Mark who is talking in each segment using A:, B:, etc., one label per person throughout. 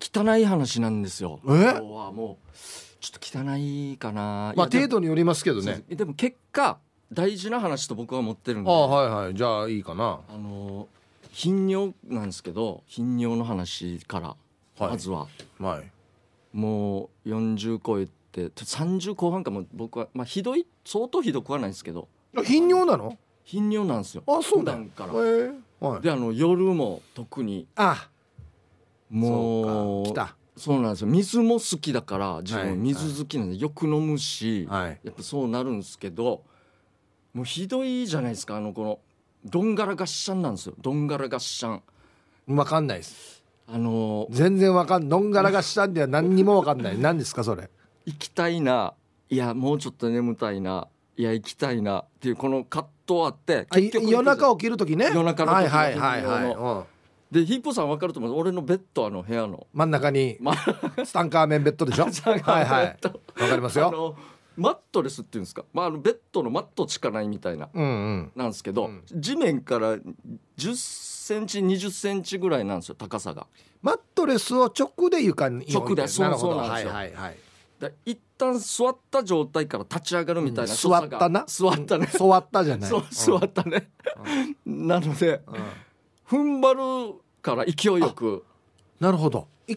A: 汚い話なんですよ。
B: え
A: 今日はもうちょっと汚いかな。
B: まあ
A: いや
B: 程度によりますけど
A: でもそう
B: ね
A: ですでも結果大事な話と僕は持ってるん
B: あ
A: で。
B: あはいはいじゃあいいかな
A: あのー頻尿なんですけど頻尿の話から、
B: はい
A: まずは
B: はい
A: もう40超えて30後半かも僕は、まあ、ひどい相当ひどくはないですけど
B: あ頻尿なの
A: 頻尿なんですよ
B: あそうだ
A: 普段から
B: ええはい
A: であの夜も特に
B: あ
A: もう
B: そうか
A: そうなんですよ水も好きだから自
B: はい
A: 分水好きなんでよく飲むし、
B: 来たはい
A: やっぱそうなるんですけどもうひどいじゃないですかあのこのどんがらがっしゃんなんですよどんがらがっしゃん
B: わかんないです
A: あのー
B: 全然わかんのんがらがしたんでは何にもわかん ない何ですかそれ
A: 行きたいないやもうちょっと眠たいないや行きたいなっていうこの葛藤あって
B: あい夜中
A: を
B: 起きる時ね
A: 夜中の時
B: はいはいはいはい、
A: 頻尿
B: うん、
A: でヒッポさん分かると思う俺のベッドあの部屋の
B: 真ん中に
A: ま
B: スタンカーメンベッド でしょはいはいわ
A: と
B: かります
A: あ
B: よ
A: のマットレスっていうんですか、まあ、あのベッドのマットしかないみたいな
B: うんうん
A: なんですけど、
B: うん
A: 地面から1 0ンチ2 0ンチぐらいなんですよ高さが
B: マットレスを直で床に置いて
A: 直でそう
B: るほど
A: そうなんですよ
B: はいはいはい
A: だ一旦座った状態から立ち上がるみたいな所
B: 座
A: 作
B: っ
A: が、
B: たな
A: 座ったね、
B: 座ったじゃない
A: そう座ったね、なので
B: うんうん
A: 踏ん張るから勢いよく
B: なるほどい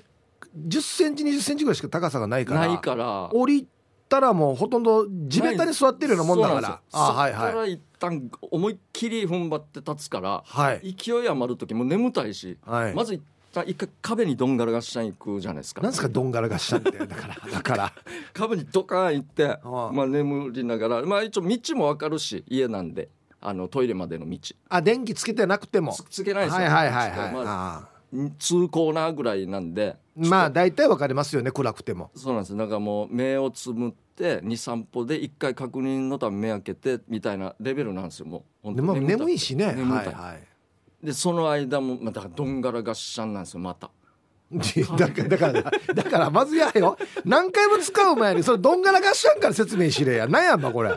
B: 10センチ20センチぐらいしか高さがないから
A: ないから
B: 降りたらもうほとんど地べたに座ってるようなもんだから
A: そう
B: あ
A: なんですよそ
B: はい
A: っか
B: は
A: ら
B: い
A: 一旦思いっきり踏ん張って立つから
B: はい
A: 勢い余る時もう眠たいし、
B: はい
A: まず一旦一回壁にどんがらがっしゃん行くじゃないですか
B: なんですかどんがらがっしゃんってだからだから
A: 壁にドカーン行って
B: ああ
A: まあ、眠りながらまあ一応道も分かるし家なんであのトイレまでの道
B: あ電気つけてなくても
A: つつけないです
B: は
A: よ
B: いはいはいはい、
A: ちょっとまあ
B: あ
A: 通行なぐらいなんで
B: ーまあ大体わかりますよね暗くても
A: そうなんですよなんかもう目をつむって23歩で1回確認のため目開けてみたいなレベルなんですよもう本
B: で
A: 当
B: も
A: 眠たく
B: 眠
A: て
B: いしね
A: 眠たい
B: はい はい
A: でその間もまたどんがらがっしゃんなんですよまた
B: だからだからだからまずやよ何回も使う前にそれどんがらがっしゃんから説明しれやなんやんばこれ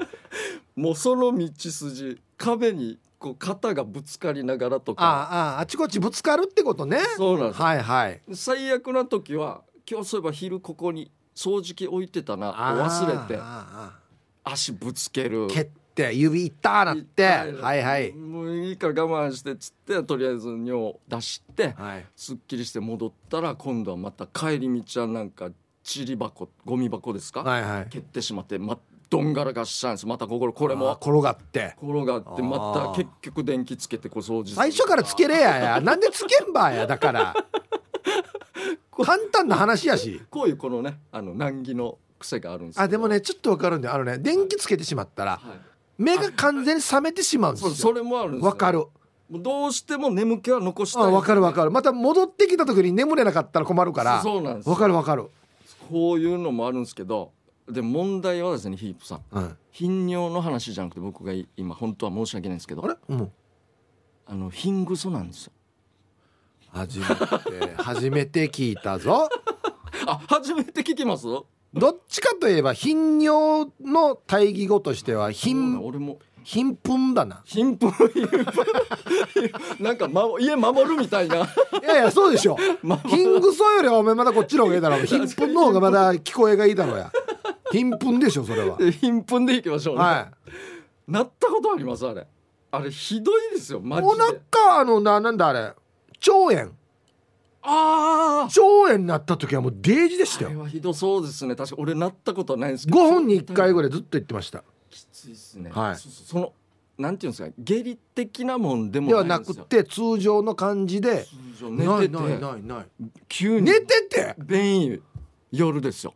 A: もうその道筋壁にこう肩がぶつかりながらとか
B: あああちこちぶつかるってことね
A: そうなんですよ
B: はいはい
A: 最悪な時は今日そういえば昼ここに掃除機置いてたな忘れて
B: あ
A: 足ぶつける
B: ー蹴って指いったーなって
A: 痛い
B: はいはい
A: もういいから我慢してっつってとりあえず尿を出して
B: はい
A: すっきりして戻ったら今度はまた帰り道はなんかちり箱ゴミ箱ですか、
B: はいはい
A: 蹴ってしまってまどんがらがっしゃんですまたこここれ
B: あー
A: も
B: 転がって
A: 転がって
B: あ
A: ま
B: ー
A: た結局電気つけてこう掃除する
B: 最初からつけれややなんでつけんばやだから簡単な話やし
A: こういうこのねあの難儀の癖があるんですけど
B: あでもねちょっとわかるんであのね電気つけてしまったら
A: はい
B: 目が完全に覚めてしまうんで
A: そう
B: すよ
A: それもあるんですよ
B: わかる
A: もうどうしても眠気は残したい
B: あわかるわ
A: る
B: かるまた戻ってきた時に眠れなかったら困るから
A: そうなんです
B: わかるわかる、
A: こういうのもあるんですけどで問題はですねヒープさん
B: うん、
A: 頻尿の話じゃなくて僕が今本当は申し訳ないんですけど
B: あれもう
A: あの貧ぐそなんですよ
B: 初めて初めて聞いたぞ
A: あ初めて聞きます
B: どっちかといえば頻尿の対義語としては
A: そうだ
B: 貧
A: 俺も
B: 貧困だな
A: 貧富貧富 なんか、ま、家守るみたいな
B: いやいやそうでしょ貧ぐそよりはお前まだこっちの方がいいだろう貧困の方がまだ聞こえがいいだろうや貧困でしょそ れは
A: 貧富でいきましょうね、
B: は
A: なったことありますあれあれひどいですよ
B: い
A: マジ
B: お
A: で
B: 腹あのななんだあれ腸炎
A: あ
B: 腸炎になった時はもうデージでし
A: あ
B: た
A: あ
B: よ
A: れはひどそうですね確か俺なったことはないんですけ
B: 5
A: ど
B: 分に1回ぐらいずっと言ってました
A: きついですね、
B: はい
A: そうそうそのなんていうんですか下痢的なもんでも
B: では
A: ない
B: なん
A: です
B: く
A: よ
B: て通常の感じで
A: 通常寝てて
B: ないないないない
A: 急に
B: 寝てて
A: 便意夜ですよ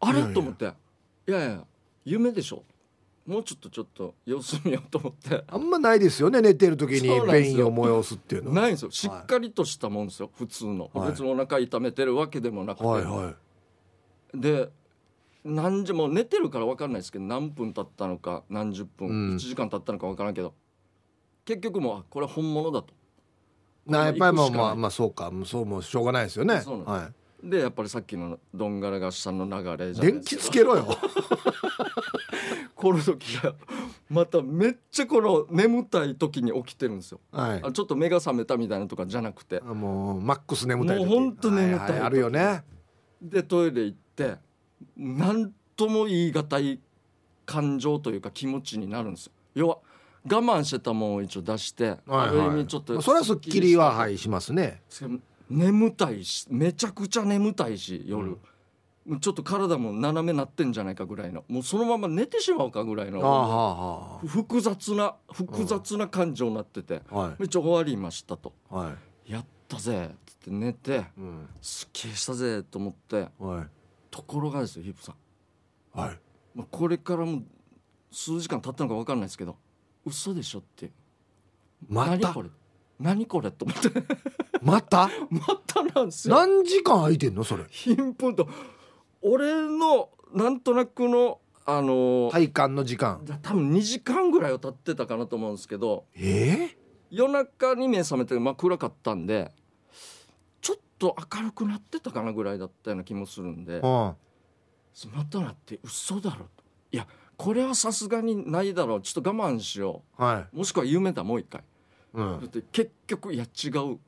A: あれ
B: いやいや
A: と思っていやいや夢でしょもうちょっとちょっと様子見ようと思 って
B: あんまないですよね寝てる時に
A: そうなんです
B: 便
A: よ
B: 意を催すっていうのは
A: ないんですよしっかりとしたもんですよ普通の、
B: はい
A: 別にお腹痛めてるわけでもなくて、
B: はいはい
A: で何時もう寝てるから分かんないですけど何分経ったのか何十分、
B: うん
A: 1時間経ったのか分からんけど結局もうあこれは本物だと
B: なやっぱり
A: 行く
B: まあ
A: しかない
B: まあまあそうかもうそうもうしょうがないですよね
A: そうなんです
B: は
A: でやっぱりさっきのどんがらがっしゃんの流れ
B: い
A: じゃない
B: 電
A: です
B: 気
A: か
B: つけろよ
A: この時がまためっちゃこの眠たい時に起きてるんですよ、
B: はい
A: あちょっと目が覚めたみたいなとかじゃなくて
B: あもうマックス眠たい時
A: もうほんと眠たい
B: ははあるよね
A: でトイレ行って何とも言い難い感情というか気持ちになるんですよ要は我慢してたもんを一応出して、
B: はい
A: ある
B: は
A: 意
B: い
A: 味ちょっと
B: それはすっきりははいいしますね
A: 眠たいしめちゃくちゃ眠たいし夜、もうちょっと体も斜めなってんじゃないかぐらいのもうそのまま寝てしまうかぐらい
B: ああ
A: の
B: は
A: 複雑な複雑な感情になってて
B: あは
A: 一応終わりましたと
B: あはいはい
A: やったぜつって寝て
B: うん
A: すっきりしたぜと思って
B: はい
A: ところがですよヒップさん
B: はい
A: まあ、これからも数時間経ったのか分かんないですけど嘘でしょって
B: ま
A: 何
B: た
A: これ何これと思って
B: また
A: またなんですよ
B: 何時間空いてんのそれ
A: 貧乏と俺のなんとなくのあのー
B: 体感の時間
A: 多分2時間ぐらいは経ってたかなと思うんですけど
B: え
A: 夜中に目覚めて、まあ、暗かったんでちょっと明るくなってたかなぐらいだったような気もするんで
B: えうん
A: またなって嘘だろといやこれはさすがにないだろうちょっと我慢しよ
B: は
A: うもしくは夢だもう一回
B: いうん
A: だって結局いや違う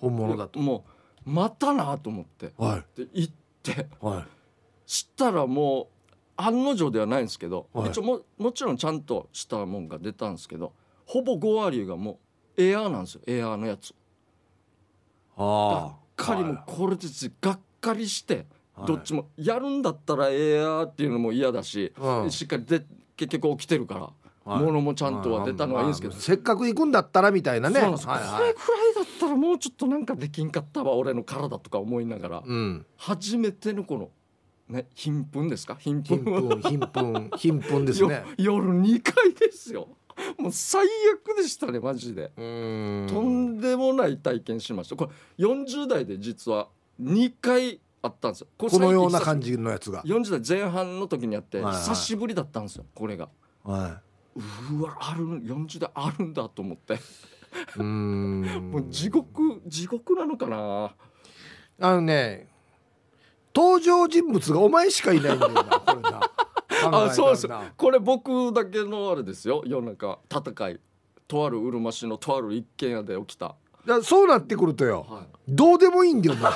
B: 本物だと。
A: もうまたなと思って
B: は
A: で行って
B: い。は
A: したらもう案の定ではないんですけど、
B: はい
A: 一応ももちろんちゃんとしたもんが出たんですけどほぼ5割がもうエアーなんですよエアーのやつ
B: あ
A: がっ
B: あ。
A: かりもうこれですがっかりして、
B: はい
A: どっちもやるんだったらエアーっていうのも嫌だし、
B: うん
A: しっかりで結局起きてるから、
B: はい
A: 物もちゃんとは出たのはいいんですけど
B: まあまあせっかく行くんだったらみたいなね。
A: そうなんですよ
B: はい
A: こ
B: は
A: れくらい
B: い。
A: だったらもうちょっとなんかできんかったわ俺の体とか思いながら、
B: うん。
A: 初めてのこの、ね、貧困ですか貧
B: 貧
A: 困
B: 困貧困貧困ですね。
A: 夜2回ですよもう最悪でしたねマジで、
B: うーん。
A: とんでもない体験しましたこれ40代で実は2回あったんですよこれ
B: このような
A: 最
B: 感
A: 近
B: じのやつが。
A: 40代前半の時にやって
B: はいはい
A: 久しぶりだったんですよこれが
B: は
A: うわある40代あるんだと思って
B: い。うーん。
A: もう地獄地獄なのかな
B: あのね。登場人物がお前しかいないんだよな。これな
A: あそうそ
B: 考えた
A: う
B: らな
A: これ僕だけのあれですよ夜中戦いとあるうるま市のとある一軒家で起きた、
B: だからそうなってくるとよ。
A: は
B: どうでもいいんだ よな。
A: い、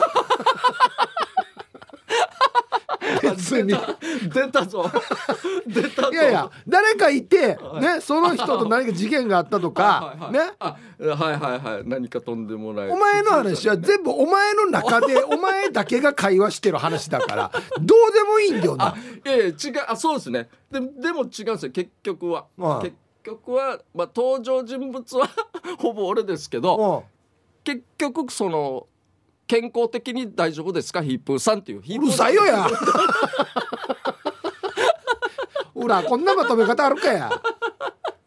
B: 別に
A: あ出た出たぞ 出たぞ
B: いやいや誰かいて、
A: はい
B: ね、その人と何か事件があったと
A: は
B: か
A: い、はいはい
B: ね、
A: あはいはいはい何かとんでもない
B: お前の話は全部お前の中 でお前だけが会話してる話だからどうでもいいんだよな
A: あ。いやいや違うあそうですねででも違うんですよ結局は、
B: はい
A: 結局は、まあ、登場人物は ほぼ俺ですけど、
B: も
A: 結局その健康的に大丈夫ですかヒープーさんっていうヒー
B: う
A: プ
B: う
A: ー
B: る
A: さん
B: さいよ や。ほらこんなまとめ方あるかや。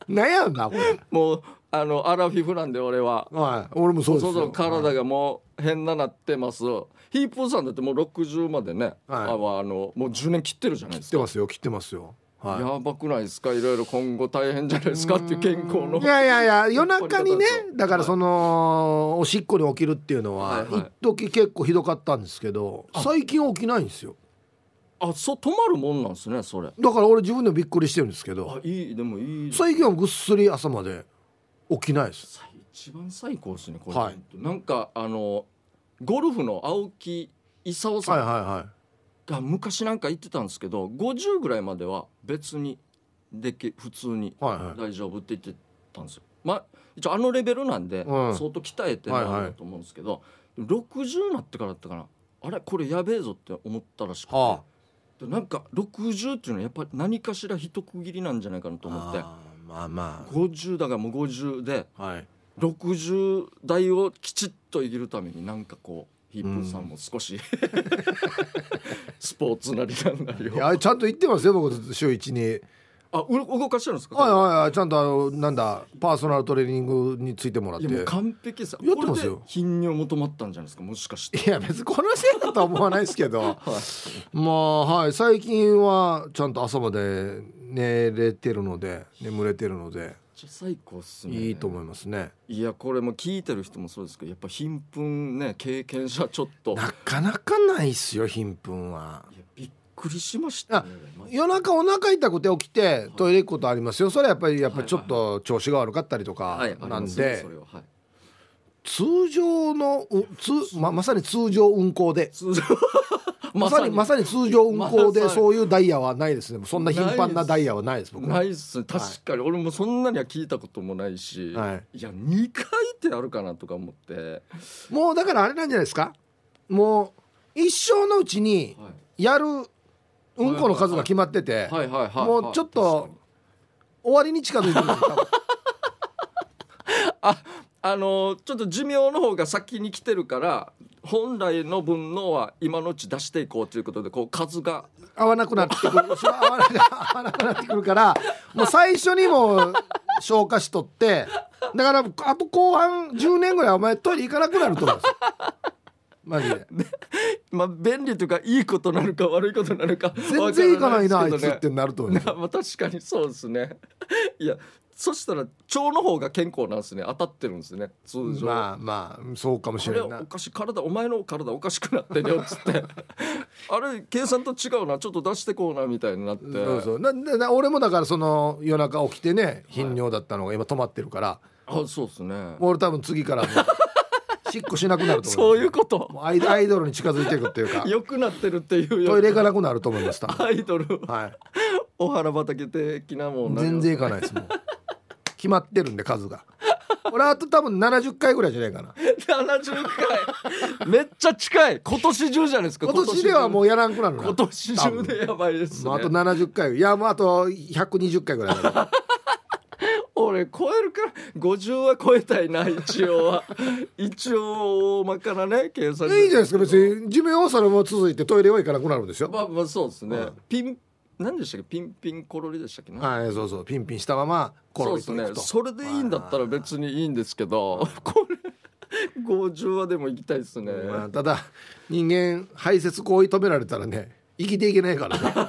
B: なんやんなこれ。
A: もうあのアラフィフなんで俺は
B: はい、俺もそうです
A: そ
B: よ。
A: うそう体がもう変ななってますヒープーさんだってもう60までね、ああのもう10年切ってるじゃないで
B: 切っ
A: す
B: て
A: か
B: ますよ切ってますよ。はい。
A: やばくないですかいろいろ今後大変じゃないですかっていう健康の
B: いやいやいや夜中に
A: 引っ張り方
B: ね
A: ですよ
B: だからそのおしっこに起きるっていうの
A: はい
B: は
A: はい
B: 一時結構ひどかったんですけど最近起きないんですよ
A: あそう止まるもんなんですねそれ
B: だから俺自分でもびっくりしてるんですけ
A: あ
B: ど
A: いいでもいい
B: 最近はぐっすり朝まで起きないです
A: 最一番最高ですねこれ、
B: はい
A: なんかあのゴルフの青木功
B: はい
A: さ
B: はい
A: ん
B: は
A: が昔なんか言ってたんですけど50ぐらいまでは別にでき普通に
B: いはいはい
A: 大丈夫って言ってたんですよ。まあ一応あのレベルなんで、
B: うん
A: 相当鍛えてるんだと思うんですけど、60なってからだったかなあれこれやべえぞって思ったらしくて、
B: は
A: でなんか60っていうのはやっぱり何かしら一区切りなんじゃないかなと
B: あ
A: 思って
B: あーまあま
A: 50だがもう50で
B: あはい
A: 60代をきちっと生きるためになんかこうヒップーさんも少 し、スポーツなりなんなり
B: い
A: を
B: やちゃんと言ってますよ僕週一に
A: あう動かしてるんですか、
B: はいはいはいちゃんとあのなんだパーソナルトレーニングについてもらっ
A: い
B: て
A: やもう完璧です
B: やってますよ
A: これで頻尿も止まったんじゃないですかもしかして
B: いや別にこのせいだとは思わないで すけど、まあはい最近はちゃんと朝まで寝れてるので眠れてるので
A: めっちゃ最高っすね
B: いいと思いますね
A: いやこれも聞いてる人もそうですけどやっぱ貧困ね経験者ちょっといや
B: なかなかないっすよ貧困は
A: びっくりしましたね、
B: 夜中お腹痛くて起きてトイレ行くことありますよそれはやっぱりやっぱりちょっと調子が悪かったりとか
A: はい
B: なん
A: ありますね
B: で
A: それははい
B: 通常のうつままさに通常運行で
A: 通常
B: まさにまさに通常運行で
A: まさに
B: そういうダイヤはないですねそんな頻繁なダイヤはないです僕
A: ないっすね確かに、俺もそんなには聞いたこともないし、、
B: はい
A: や2回ってあるかなとか思って、
B: もうだからあれなんじゃないですかもう一生のうちに
A: は
B: やるうんこの数が決まってて
A: い、はいはいはい
B: もうちょっと終わりに近づいてるんですよ多分
A: あのちょっと寿命の方が先に来てるから本来の分のは今のうち出していこうということでこう数が
B: 合わなくなってくるそれは合わなく合わなくなってくるからもう最初にもう消化しとってだからあと後半10年ぐらいお前トイレ行かなくなると思うんですよマジで
A: まあ便利というかいいことなのか悪いことなのか
B: 全然行かないな
A: わら
B: あい
A: です
B: つ
A: けどね
B: ってなると思うんですよ
A: な まあ確かにそうですね いやそしたら腸の方が健康なんですね当たってるんですね通常、
B: まあまあそうかもし
A: あれ
B: れんな
A: おかしい体お前の体おかしくなってるよっつって あれ計算と違うなちょっと出してこうなみたいになって
B: そうそうななな俺もだからその夜中起きてね頻尿だったのが今止まってるから、
A: あそうですね
B: 俺多分次からもう しっこしなくなると思
A: そういう
B: こ
A: こと
B: もうアイドアイドルに近づいていくっていうか
A: 良くなってるっていうよ
B: トイレ行かなくなると思います多分
A: アイドル
B: はい
A: お原畑的なもんな
B: 全然行かないですもう決まってるんで数が俺あと多分70回ぐらいじゃないかな
A: 70回 めっちゃ近い今年中じゃないですか
B: 今年ではもうやらんくなるな
A: 今年中でやばいです、ね
B: もうあと70回いやもうあと120回ぐらい だから
A: 俺超えるから50は超えたいな一応 は一応大まかなね計算で
B: いいじゃないですか別に寿命はそのまま続いてトイレは行かなくなるんですよ
A: まあまあそうですね、
B: うん
A: ピン何でしたっけピンピンコロリでしたっけね、
B: はい、そうそう、ピンピンしたまま、コ
A: そ
B: ロ
A: う
B: リ
A: です
B: と行
A: ね
B: くと。
A: それでいいんだったら別にいいんですけどこれ50はでも行きたいですね、
B: まあ、ただ、人間、排泄行為止められたらね、生きていけない からね。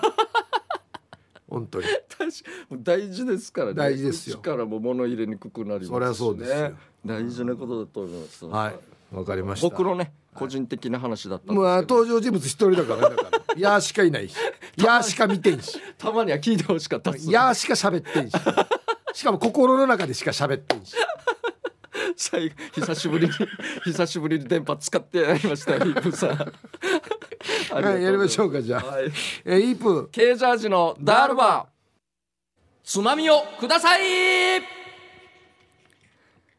B: 本当に。
A: 確かに大事ですからね
B: 大事ですよ
A: 口からも物入れにくくなりますし、ね、
B: そりゃそうですよ
A: 大事なことだと思います、
B: はい、わかりました。
A: 僕のね個人的な話だったんですけど、
B: まあ、登場人物一人だからね、だから。いやーしかいないし。 いやーしか見てんし。
A: たまには聞いてほしかったです
B: いやーしか喋ってんし。しかも心の中でしか喋ってんし。
A: 最後久しぶりに 久しぶりに電波使ってやりましたイープ さん
B: はい、やりましょ
A: う
B: うか、じゃあ。
A: はい
B: えー、イープ。
A: ケージャージのダールバーつまみをください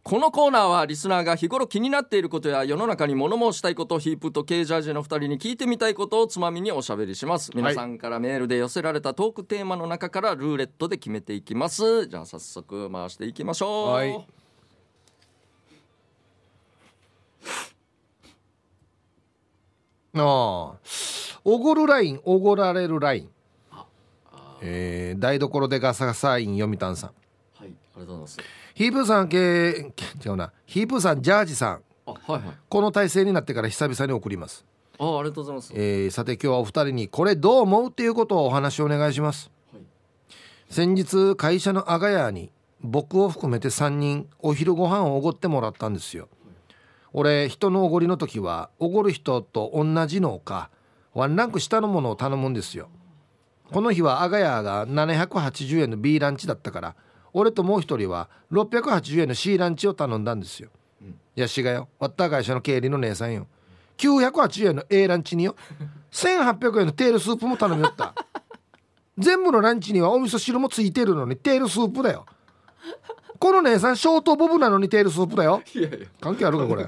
A: このコーナーはリスナーが日頃気になっていることや世の中に物申したいことヒープとケージャージの2人に聞いてみたいことをつまみにおしゃべりします皆さんからメールで寄せられたトークテーマの中からルーレットで決めていきますじゃあ早速回していきましょう、
B: はいああ。おごるライン、おごられるライン。えー、台所でガサガサイン読谷さん。
A: ありがとうございます
B: ヒープーさんけ、け違うな。ヒープーさん、ジャージさん。
A: あはいはい
B: この体制になってから久々に送ります。
A: あありがとうございます
B: えー、さて今日はお二人にこれどう思うっていうことをお話をお願いします。
A: はい
B: 先日会社の阿賀屋に僕を含めて3人お昼ご飯をおごってもらったんですよ俺人のおごりの時はおごる人と同じのかワンランク下のものを頼むんですよこの日は阿賀屋が780円の B ランチだったから俺ともう一人は680円の C ランチを頼んだんですよ、いやしがよ割った会社の経理の姉さんよ980円の A ランチによ1800円のテールスープも頼みよった全部のランチにはお味噌汁もついてるのにテールスープだよこの姉さんショートボブなのにテールスープだよ
A: いやいや
B: 関係あるかこ れ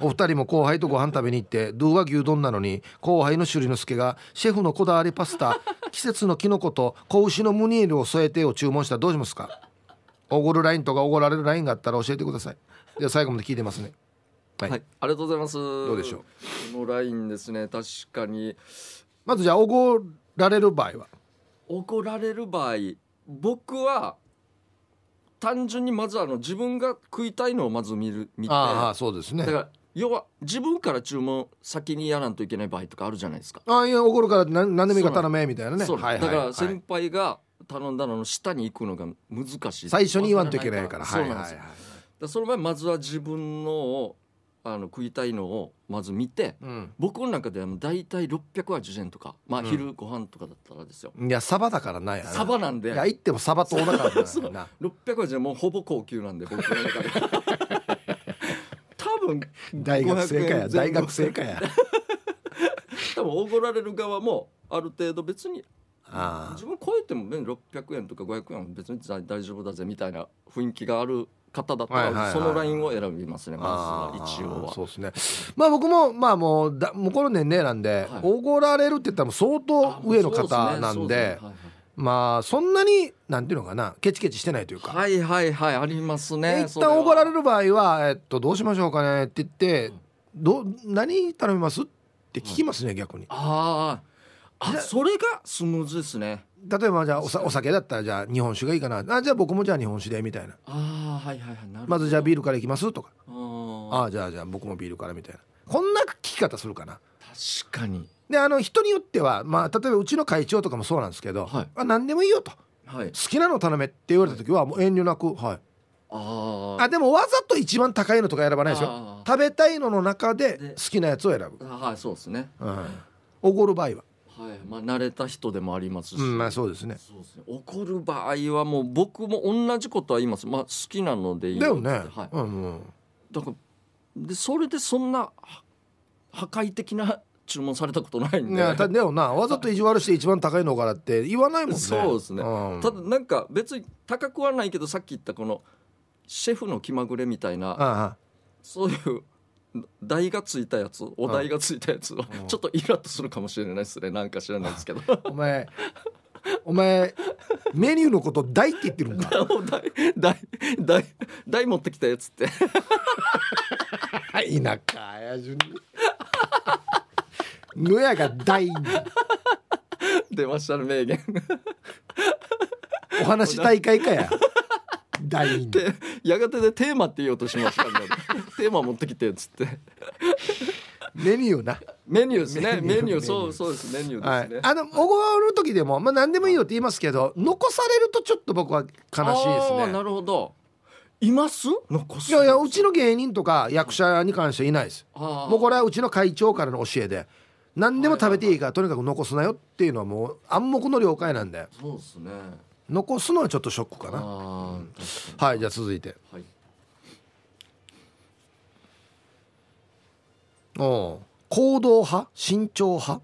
B: お二人も後輩とご飯食べに行ってドゥは牛丼なのに後輩の朱里之助がシェフのこだわりパスタ 季節のキノコと子牛のムニエルを添えてを注文したらどうしますかおごるラインとかおごられるラインがあったら教えてくださいでは最後まで聞いてますねはい、
A: はい、ありがとうございます。ど
B: うでしょう。
A: このラインですね、確かに。
B: まずじゃあおごられる場合は
A: 怒られる場合、僕は。単純にまずあの自分が食いたいのをまず見る見て
B: ああ
A: だ
B: そうですね
A: から要は自分から注文先にやらんといけない場合とかあるじゃないですか、
B: ああいや怒るから何何でもいいから頼めみたいなね
A: そうなん
B: はいはい
A: だから
B: はい
A: 先輩が頼んだのの下に行くのが難しい
B: 最初に言わんといけないから
A: そ
B: は
A: う
B: い
A: な
B: は
A: ん
B: い
A: で
B: は
A: す
B: い
A: よだからその前まずは自分のをあの食いたいのをまず見て
B: うん
A: 僕の中ではもう大体680円とか、まあ、昼ご飯とかだったらですよ、
B: いやサバだからない
A: サバなんで
B: いや行ってもサバとお腹だ
A: そ
B: か
A: う
B: らな
A: 680円もうほぼ高級なんで僕の中で多分
B: 大学生か
A: 500
B: や
A: 円
B: 大学生かや
A: 多分おごられる側もある程度別に
B: あ
A: 自分超えても別に600円とか500円は別に大大丈夫だぜみたいな雰囲気がある方だった
B: はいはいは
A: ら
B: い
A: そのラインを選びますねまず
B: あ
A: は
B: ー
A: 一応は
B: そうですねまあ僕もまあもうだもうこの年齢なんで
A: はい
B: おご、られるって言ったらもう相当
A: あ
B: 上の
A: そうす
B: 方
A: ね
B: なんで
A: そうすね
B: まあそんなになんていうのかなケチケチしてないというか、
A: はいはいはいはいありますね
B: 一旦おごられ
A: る
B: る場合は、えっと、どうしましょうかねって言ってどう何頼みますって聞きますね、逆に
A: あーあそれがスムーズですね
B: 例えばじゃあおさお酒だったらじゃあ日本酒がいいかなあじゃあ僕もじゃあ日本酒でみたいな
A: ああはいはいはいなるほど
B: まずじゃあビールからいきますとか
A: あー
B: ああじゃあじゃあ僕もビールからみたいなこんな聞き方するかな
A: 確かに
B: であの人によっては、まあ、例えばうちの会長とかもそうなんですけど、
A: はい
B: あ何でもいいよと好
A: はい
B: きなの頼めって言われた時はもう遠慮なく、はい、
A: ああ
B: あでもわざと一番高いのとか選ばないでし
A: あ
B: ょ
A: ー
B: 食べたいのの中で
A: で
B: 好きなやつを選ぶ
A: あはいそうですね
B: うんおご、る場合
A: は
B: は、
A: いまあ慣れた人でもありますし、
B: うんまあ、そうですね
A: そうですね怒る場合はもう僕も同じことは言いますまあ好きなのでいい
B: だよね、
A: はい、
B: うんうん
A: だからでそれでそんなは破壊的な注文されたことないん
B: い
A: で
B: やだでもなわざと意地悪して一番高いのからって言わないもんね
A: そうですね
B: ん
A: ただなんか別に高くはないけどさっき言ったこのシェフの気まぐれみたいな
B: あ
A: そういう題がついたやつお題がついたやつは
B: うん
A: ちょっとイラッとするかもしれないですねなんか知らないですけど
B: あお前お前メニューのこと大って言ってるんか
A: お題 題題題持ってきたやつって
B: はい、田舎や順に。のやが大に
A: 出ましたね名言
B: お話大会かや。大に。
A: でやがてでテーマって言おうとしました んでテーマ持ってきてっつって
B: メニューな。
A: メニューですね
B: メニュ
A: メ
B: ー
A: ニュ
B: メニュ
A: ー
B: ー
A: そうそうですメニュー
B: は
A: です
B: い
A: ね、。
B: あの、おごる時でも、まあ、何でもいいよって言いますけど、残されるとちょっと僕は悲しいです
A: あー
B: ね
A: な。るほどいます残す
B: いやいや、うちの芸人とか役者に関してはいないです。
A: あー
B: もうこれはうちの会長からの教えで、何でも食べていいから、とにかく残すなよっていうのはもう暗黙の了解なんで、
A: そうですね
B: 残すのはちょっとショックかな。
A: ああ
B: はい、じゃあ続いて。
A: はい
B: お行動派慎重派、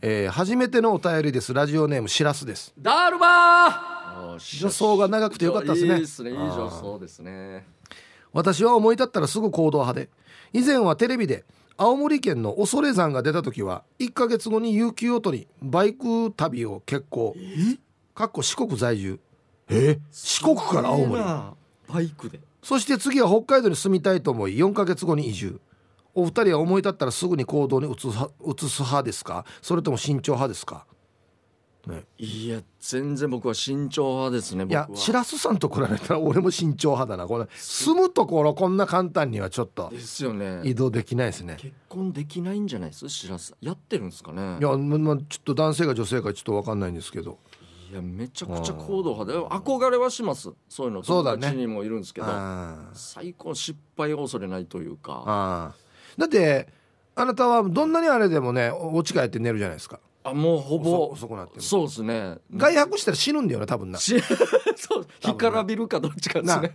B: えー初めてのお便りですラジオネームしらすです
A: ダールバー
B: 助走が長くてよかったですね
A: いいですねいい助走ですね
B: 私は思い立ったらすぐ行動派で以前はテレビで青森県の恐山が出た時は1ヶ月後に有給を取りバイク旅を結構かっこ四国在住え四国から青森
A: いいなバイクで
B: そして次は北海道に住みたいと思い4ヶ月後に移住お二人は思い立ったらすぐに行動に移す派移す派ですかそれとも慎重派ですか
A: いや全然僕は慎重派ですね
B: い
A: 僕は
B: や白洲さんと比べたら俺も慎重派だなこれ住むところこんな簡単にはちょっと
A: ですよね
B: 移動できないですね
A: 結婚できないんじゃないですしらすやってるんですかね
B: いや、ままちょっと男性か女性かちょっと分かんないんですけど
A: いやめちゃくちゃ行動派で憧れはしますそういうの
B: そうだね
A: 友達にもいるんですけど、
B: あー
A: 最高失敗を恐れないというか
B: あーだってあなたはどんなにあれでもねお家帰って寝るじゃないですか
A: あもうほぼ
B: 遅遅くなっても
A: そうですね
B: 外泊したら死ぬんだよな多分な
A: し そう干からびるかどっちかですね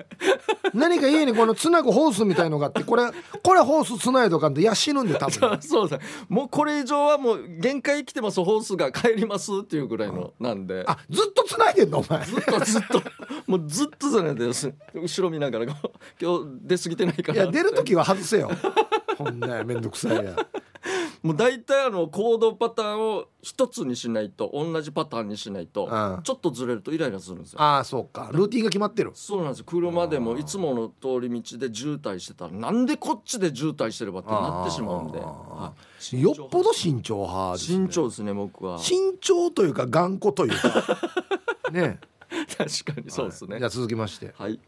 B: 何か家にこのつなぐホースみたいのがあってこれこれホースつないとかんといや死ぬんで多 分
A: そうですねもうこれ以上はもう限界来てますホースが帰りますっていうぐらいのなんで
B: あずっとつないでんのお前
A: ずっとずっともうずっとじゃないです後ろ見ながらこう今日出過ぎてないか
B: い
A: ら
B: や出る時は外せよほんなやめんどくさいや
A: もう大体あの行動パターンを一つにしないと同じパターンにしないと
B: うん
A: ちょっとずれるとイライラするんですよ
B: ああそうかルーティンが決まってる
A: そうなんですよ車でもいつもの通り道で渋滞してたらなんでこっちで渋滞してればってなってしまうんで、
B: あー
A: はい
B: よっぽど慎重派です、ね、
A: 慎重ですね僕は
B: 慎重というか頑固とい うかね
A: 確かにそうですね
B: じゃあ続きまして
A: はい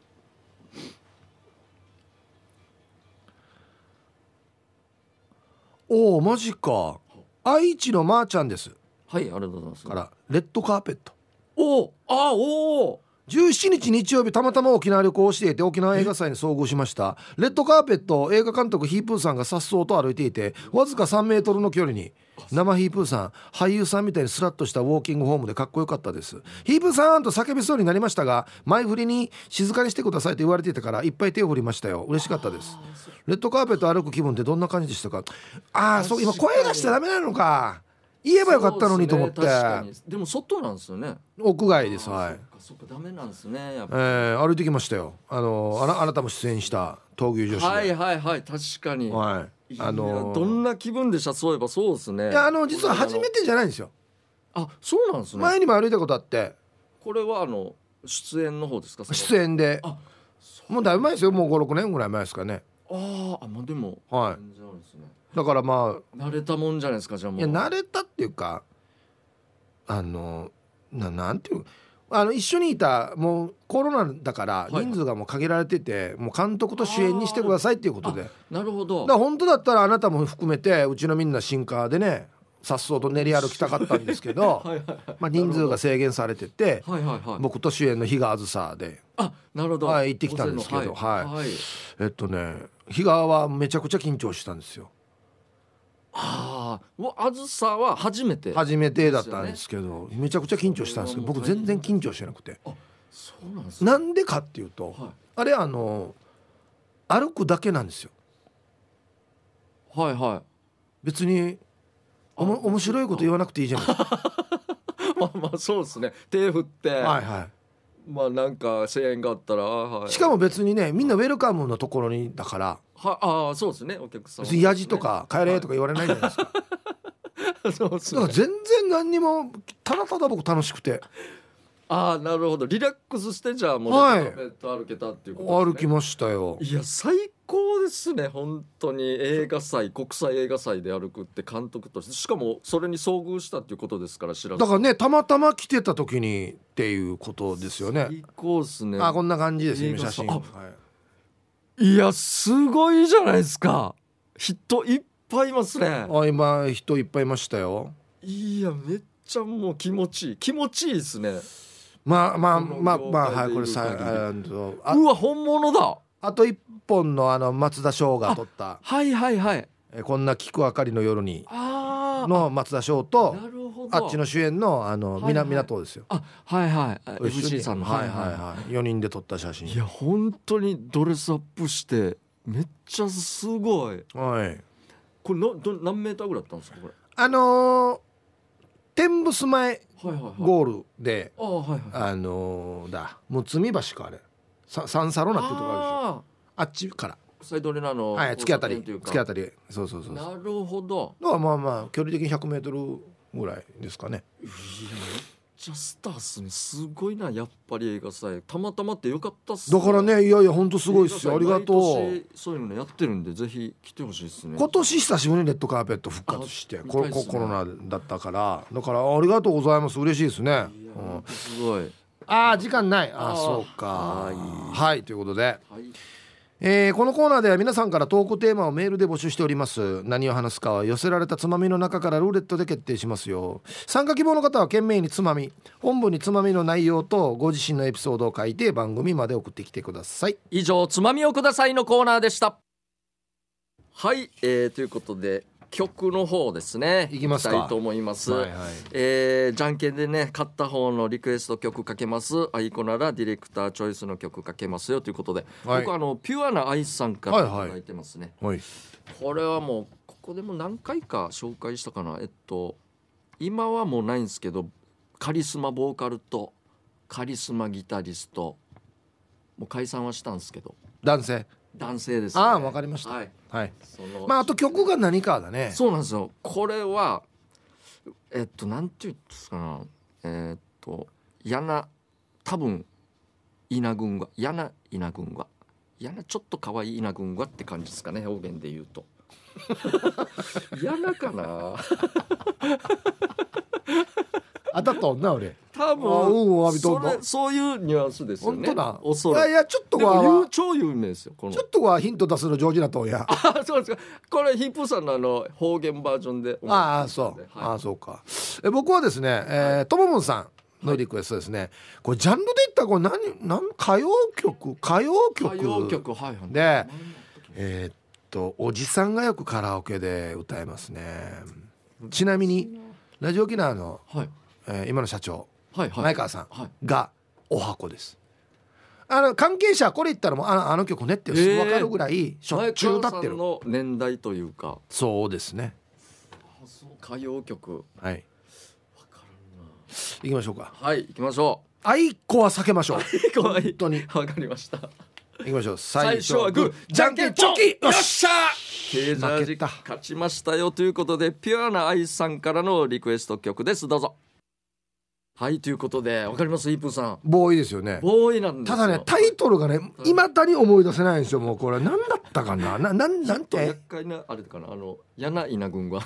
B: おおマジか愛知のまーちゃんです
A: はいありがとうございます
B: からレッドカーペット
A: おおあおお
B: 17日日曜日たまたま沖縄旅行をしていて沖縄映画祭に遭遇しましたレッドカーペットを映画監督ヒープーさんが颯爽と歩いていてわずか3メートルの距離に生ヒープーさん俳優さんみたいにスラッとしたウォーキングフォームでかっこよかったですヒープーさんと叫びそうになりましたが前振りに静かにしてくださいと言われていたからいっぱい手を振りましたよ嬉しかったですレッドカーペット歩く気分ってどんな感じでしたかああそう今声がしちゃダメなのか言えばよかったのにと思っ
A: そ
B: て、
A: うですね確かにでも外なんですよね
B: 屋外ですは
A: あそ
B: い
A: っかそっかダメなんですねやっぱ
B: えー歩いてきましたよあのあなあなたも出演した闘牛女子で、
A: はいはいはい確かに、
B: はい
A: いや
B: あの
A: どんな気分でしたそういえばそうですね
B: いやあの実は初め
A: て
B: てじゃないんですよ
A: あそうなんですね
B: 前にも歩いたことあって
A: これはあの出演の方ですかその
B: 出演で
A: あ
B: もうだいぶ前ですよもう56年ぐらい前ですかね
A: あーあまあでも
B: は
A: 全然あるんですね
B: いだからまあ
A: 慣れたもんじゃないですかじゃあもう
B: いや慣れたっていうかあのななんていうあの一緒にいたもうコロナだから
A: はい
B: 人数がもう限られてて、もう監督と主演にしてくださいっていうことでだか
A: なるほど
B: ら本当だったらあなたも含めてうちのみんなシンカーでね颯爽と練り歩きたかったんですけど、
A: はいはいはい
B: まあ、人数が制限されてて
A: はいはいはい
B: 僕と主演の比嘉あずさで
A: あなるほど
B: はい行ってきたんですけど
A: 大勢のはい、
B: は
A: はい
B: えっとね比嘉はめちゃくちゃ緊張したんですよ
A: ああわあずさは初めて
B: 初めてだったんですけどめちゃくちゃ緊張したんですけど僕全然緊張してなくて
A: そうなんですね
B: なんでかっていうと
A: は
B: あれあの歩くだけなんですよ
A: いはいはい
B: 別におも面白いこと言わなくていいじゃないですか
A: まあまあそうですね手振って、
B: はいは
A: まあなんか声援があったら、はい
B: しかも別にねみんなウェルカムのところにだから
A: はああそうですねお客さんは
B: 別に「やじ」とか「帰れ」とか言われないじゃないですか
A: そうです
B: だか
A: ね
B: ら全然何にもただただ僕楽しくて
A: ああなるほどリラックスしてじゃあもう
B: はい
A: レッドカーペット歩けたっていうこと
B: 歩
A: で
B: き
A: すね
B: ましたよ
A: いや最高ですね本当に映画祭国際映画祭で歩くって監督としてしかもそれに遭遇したっていうことですから知らず
B: だからねたまたま来てた時にっていうことですよね。
A: 最高ですね
B: あこんな感じですね
A: 映画
B: 写
A: さ
B: 真。
A: ん
B: はい
A: やすごいじゃないですか人いっぱいいますね
B: い、あ今人いっぱいいましたよ。
A: いやめっちゃもう気持ちいい気持ちいいですね
B: まあまあ
A: この
B: まあまあ
A: 業界
B: はい
A: で
B: これさ
A: 言う限り
B: あのあ
A: うわ本物だ
B: あと一本のあの松田翔が撮った
A: はいはいはい
B: えこんな聞く明かりの夜に
A: あ
B: の松田翔
A: あ
B: と
A: なるほど
B: あっちの主演のあの
A: はいはい
B: 南港ですよ。
A: あはいはいあ FC さんの
B: はいはいはい四人で撮った写真。
A: いや本当にドレスアップしてめっちゃすごい
B: はい。
A: これなど何メーターぐらいだったんですかこれ
B: あのー、天仏前
A: はいはいはい
B: ゴールで。
A: ああはいはい
B: あのーだむつみ橋かあれササンサロナっていうとこあるでしょ
A: あ
B: あっちから
A: ー国際トレーナーの
B: はい突き当たり
A: 交差点という
B: 突
A: か
B: き当たりそうそうそうそうだか
A: なるほど
B: らまあまあ距離的に 100m ぐらいですかね
A: いやめっちゃスターっすねすごいなやっぱり映画祭たまたまってよかったっす
B: だからねいやいやほんとすごいっすよあ
A: 映
B: り
A: 画
B: が
A: 祭
B: と
A: 毎
B: う
A: 年そういうのやってるんでぜひ来てほしいですね
B: 今年久しぶりにレッドカーペット復活して
A: あ
B: コロ
A: 見たいっすね
B: コロナだったからだからありがとうございます嬉しいですね、
A: いや
B: う
A: ほん
B: ん
A: とすごい
B: ああ時間ないあ
A: あ
B: あ
A: ー
B: そうか
A: あーいい
B: はいということで
A: はい
B: えーこのコーナーでは皆さんから投稿テーマをメールで募集しております何を話すかは寄せられたつまみの中からルーレットで決定しますよ参加希望の方は懸命につまみ本文につまみの内容とご自身のエピソードを書いて番組まで送ってきてください
A: 以上「つまみをください」のコーナーでしたはい、えー、ということで曲の方ですね
B: いきますか
A: いきたいと思います、
B: はい
A: えーじゃんけんでね勝った方のリクエスト曲かけますあいこならディレクターチョイスの曲かけますよということで、
B: はい
A: 僕あのピュアなアイスさんから
B: はい
A: い
B: はい
A: ただいてますね、
B: はい
A: これはもうここでも何回か紹介したかなえっと今はもうないんですけどカリスマボーカルとカリスマギタリストもう解散はしたんですけど
B: 男性
A: 男性です、
B: ああわかりました
A: はい
B: はい
A: その
B: まああと曲が何かだね
A: そうなんですよこれはえっとなんて言うんですかなえっと柳多分稲群が柳稲群が柳ちょっと可愛い稲群がって感じですかね表現で言うと 柳かな
B: 当たった女俺
A: 多
B: あうん
A: 分
B: 詫びと
A: そ
B: んの
A: れそういうニュアンスですよ
B: 本
A: ね
B: 当だ
A: おそ
B: いや
A: ら
B: い
A: く
B: やちょっと
A: でも有
B: は
A: 超有名ですよこの
B: ちょっとはヒント出すの上手だとんや
A: あそうですかこれヒップーさんのあの方言バージョンで
B: ああそう、
A: はい
B: ああそうかえ僕はですね、えー、ともぶんさんのリクエストですね、これジャンルで言ったらこれ何何歌謡曲歌謡曲
A: 歌謡曲はいはい
B: でえーっとおじさんがよくカラオケで歌えますねちなみにラジオ沖縄の、
A: はい
B: えー今の社長
A: はいはい
B: 前川さん
A: はい
B: がお箱ですあの関係者これ言ったらもうあのあの曲ねって
A: へえ
B: 分かるぐらいしょっ
A: 前
B: ちゅう
A: 川
B: 歌
A: さ
B: ってる
A: んの年代というか
B: そうですね
A: 歌謡曲
B: はい行きましょうか
A: はい行きましょ
B: あいこは避けましょう
A: う 怖
B: 本
A: い
B: 当に
A: わかりました
B: 行きましょう
A: 最
B: 最
A: 初はグーじゃんけんチョキよっしゃケージャージ勝ちましたよということでピュアなアイさんからのリクエスト曲ですどうぞはいということでわかりますイープンさん
B: ボーイですよね
A: ボーイなんです
B: た
A: よ
B: だねタイトルがねいまだに思い出せないんですよもうこれ何だったかなななんなん
A: ちょっと
B: て
A: 厄介なあれかなあの柳稲軍は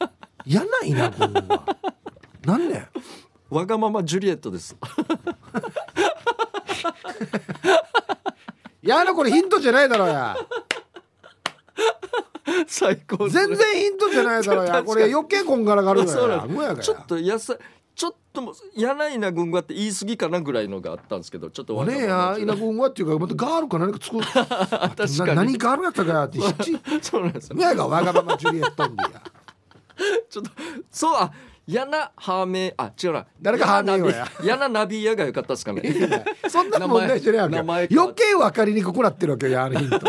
B: 嫌ないなこんはなんね
A: わがままジュリエットです
B: いやなこれヒントじゃないだろうや
A: 最高ですね
B: 全然ヒントじゃないだろうやこれ余計こんがらがる
A: そう
B: から
A: な
B: や
A: ん
B: もうやか
A: ちょっ
B: ら
A: とやさちょっともう柳な軍がって言い過ぎかなぐらいのがあったんですけどちょっと
B: お
A: わがまま
B: ねえや稲子はっていう かまたガールか何か作る
A: 確かに
B: な何ガールやったかなってひっち
A: そうなんですよ
B: もうやがわがままジュリエットンでや
A: ちょっとそうあやなハーメイあ違うな
B: 誰かハーメイをや
A: ややなナビやがよかった ですかね
B: そんな問題じゃないわけよ
A: 名前名前か
B: 余計分かりにくくなってるわけよいやあのヒント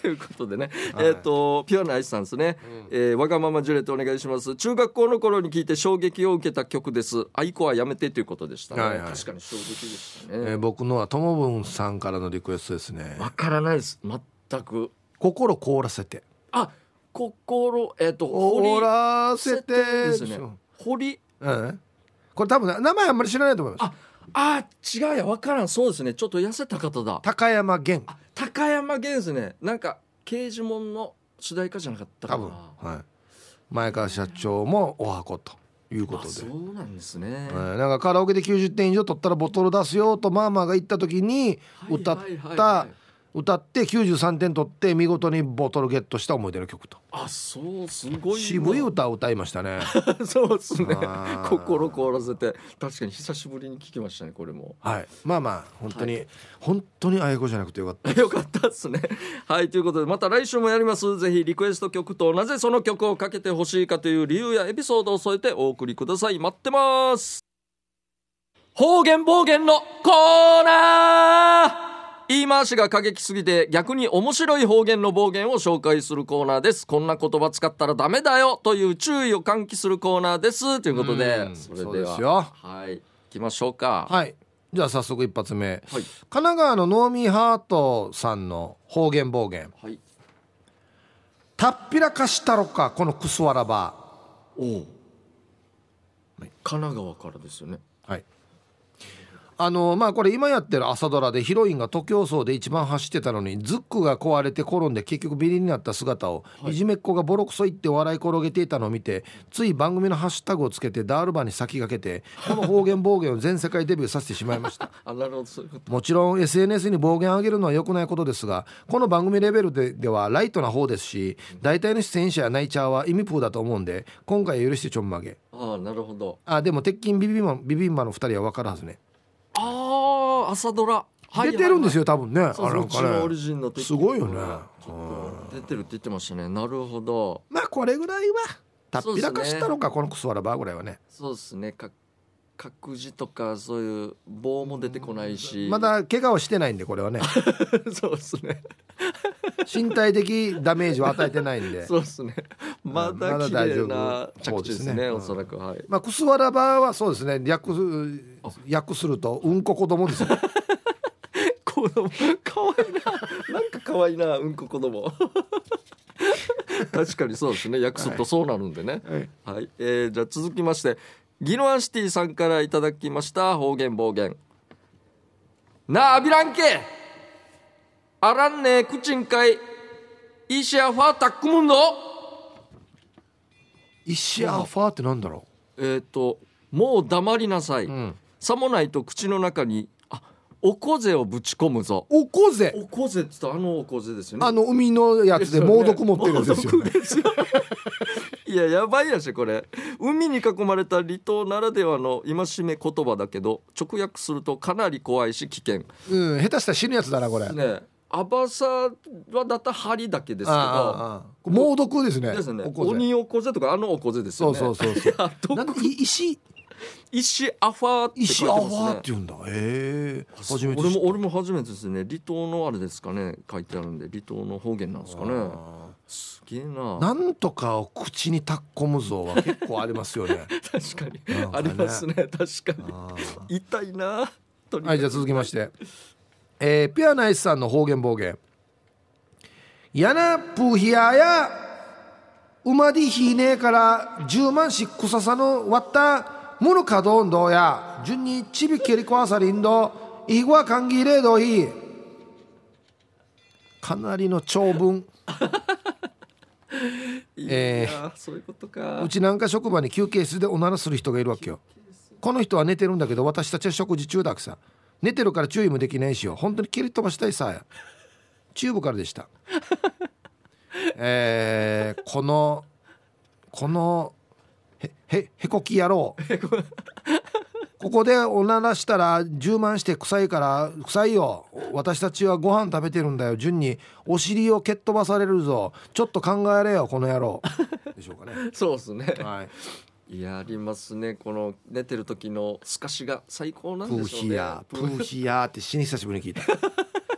A: ということでね、
B: はい
A: えっ、とピュアなアイスさんですね、えーわがままジュレットお願いします中学校の頃に聞いて衝撃を受けた曲です愛子はやめてということでしたね、
B: はいはい
A: 確かに衝撃でした
B: え
A: ね
B: ー僕のはともぶんさんからのリクエストですね
A: わからないです全く
B: 心凍らせて
A: あ心えっ、と
B: 凍
A: 堀
B: らせて
A: ですね堀
B: うんこれ多分名前あんまり知らないと思います
A: ああ違うやわからんそうですねちょっと痩せた方だ
B: 高山源
A: あ高山源ですねなんか刑事門の主題歌じゃなかった
B: 多
A: か
B: 分、
A: な
B: はい、前川社長もお箱というこ
A: あ
B: とで
A: そ、うなんですね、
B: えーなんかカラオケで90点以上取ったらボトル出すよとマーマーが言った時に歌った、
A: はいはいはいはい
B: 歌って93点取って見事にボトルゲットした思い出の曲と
A: あそうすごいな
B: 渋い歌を歌いましたね
A: そうですね
B: あー
A: 心凍らせて確かに久しぶりに聞きましたねこれも
B: はいまあまあ本当に、本当にあやこじゃなくてよかった
A: よかったですねはいということでまた来週もやりますぜひリクエスト曲となぜその曲をかけてほしいかという理由やエピソードを添えてお送りください待ってます方言暴言のコーナー言い回しが過激すぎて逆に面白い方言の暴言を紹介するコーナーですこんな言葉使ったらダメだよという注意を喚起するコーナーですということ
B: う
A: で
B: ん
A: それでは
B: そうですよ
A: はい行きましょうか
B: はいじゃあ早速一発目、
A: はい
B: 神奈川のノーミーハートさんの方言暴言
A: はい
B: 「たっぴらかしたろかこのクソわらば
A: おお神奈川からですよね」
B: はいあのまあこれ今やってる朝ドラでヒロインが徒競走で一番走ってたのにズックが壊れて転んで結局ビリになった姿を、い、じめっ子がボロクソ言って笑い転げていたのを見てつい番組のハッシュタグをつけてダールバに先駆けてこの方言暴言を全世界デビューさせてしまいました
A: あなるほどそういうこと
B: もちろん SNS に暴言を上げるのは良くないことですがこの番組レベルでではライトな方ですし大体の出演者やナイチャーは意味プーだと思うんで今回は許してちょんまげ
A: ああなるほど
B: あでも鉄筋ビビンバビビンバの2人は分かるはずね、
A: ああ朝ドラ、はい
B: 出てるんです
A: よ
B: よ多分ね
A: そうそ
B: あ
A: う
B: れ
A: うちのオリジンの時
B: すごいよね
A: ちょっと出てるって言ってましたねなるほど
B: まあこれぐらいはたっぴらかしたのか、このクソワラバーぐらいはね
A: そうですねか角字とかそういう棒も出てこないし
B: まだ怪我をしてないんでこれはね
A: そうですね
B: 身体的ダメージを与えてないんで
A: そうですねまだ
B: まだ
A: 綺
B: 大丈
A: 麗
B: 夫
A: な着地ですね
B: そうですねうん
A: おそらくはい
B: まあクソワラバーはそうですね略す略するとうんこ子供ですよ
A: 子供可愛いななんか可愛いなうんこ子供確かにそうですね訳すとそうなるんでね
B: はい
A: はい、えーじゃあ続きましてギノアシティさんからいただきました方言暴言なあアビランケあらんねえ口んかいイシアファータックムンド
B: 石アファーってなんだろう
A: えっ、ともう黙りなさい、
B: ん
A: さもないと口の中にあおこぜをぶち込むぞ
B: おこぜ
A: おこぜって言ったらあのおこぜですよね
B: あの海のやつで猛毒持ってるん
A: ん
B: ですよ、
A: いいややばいやしこれ海に囲まれた離島ならではの戒め言葉だけど直訳するとかなり怖いし危険
B: うん下手したら死ぬやつだなこれ、
A: ねアバサはだったら針だけですけど
B: ああああ猛毒ですね
A: ですね
B: おこぜ
A: 鬼おこぜとかあのおこぜです
B: そ
A: よ
B: う
A: ね
B: そうそ うそう
A: あと
B: なんかい石
A: 石アファーって
B: 石
A: 書
B: ア
A: い
B: ワ
A: てます
B: ー
A: ね
B: って言うんだええ初めて
A: 俺も俺も初めてですね離島のあれですかね書いてあるんで離島の方言なんですかねすげえな
B: なんとかを口にたっこむぞは結構ありますよ ね
A: 確かに
B: なんか
A: あ
B: ね
A: りますね確か
B: あ
A: に痛いなと
B: ー
A: にか
B: はい
A: く
B: じゃあ続きまして、えー、ピュアナイスさんの方言暴言「やなプーヒアやうまでひいねえから10万しっこささの割ったものかどんどうや順にちびけりこわさりんどいごはかんぎれどい」かなりの長文
A: い
B: え
A: やそういうことか
B: うちなんか職場に休憩室でおならする人がいるわけよこの人は寝てるんだけど私たちは食事中だくさ寝てるから注意もできないしよ本当に蹴り飛ばしたいさチューブからでしたえーこのこのへへへこき野郎ここでおならしたら充満して臭いから臭いよ私たちはご飯食べてるんだよ順にお尻を蹴っ飛ばされるぞちょっと考えれよこの野郎でしょうかね
A: そうですね
B: はい
A: いやありますねこの寝てる時の透かしが最高なん
B: プ
A: で
B: ー
A: しょうね
B: ヒヤープーヒヤーって死に久しぶ りに聞いた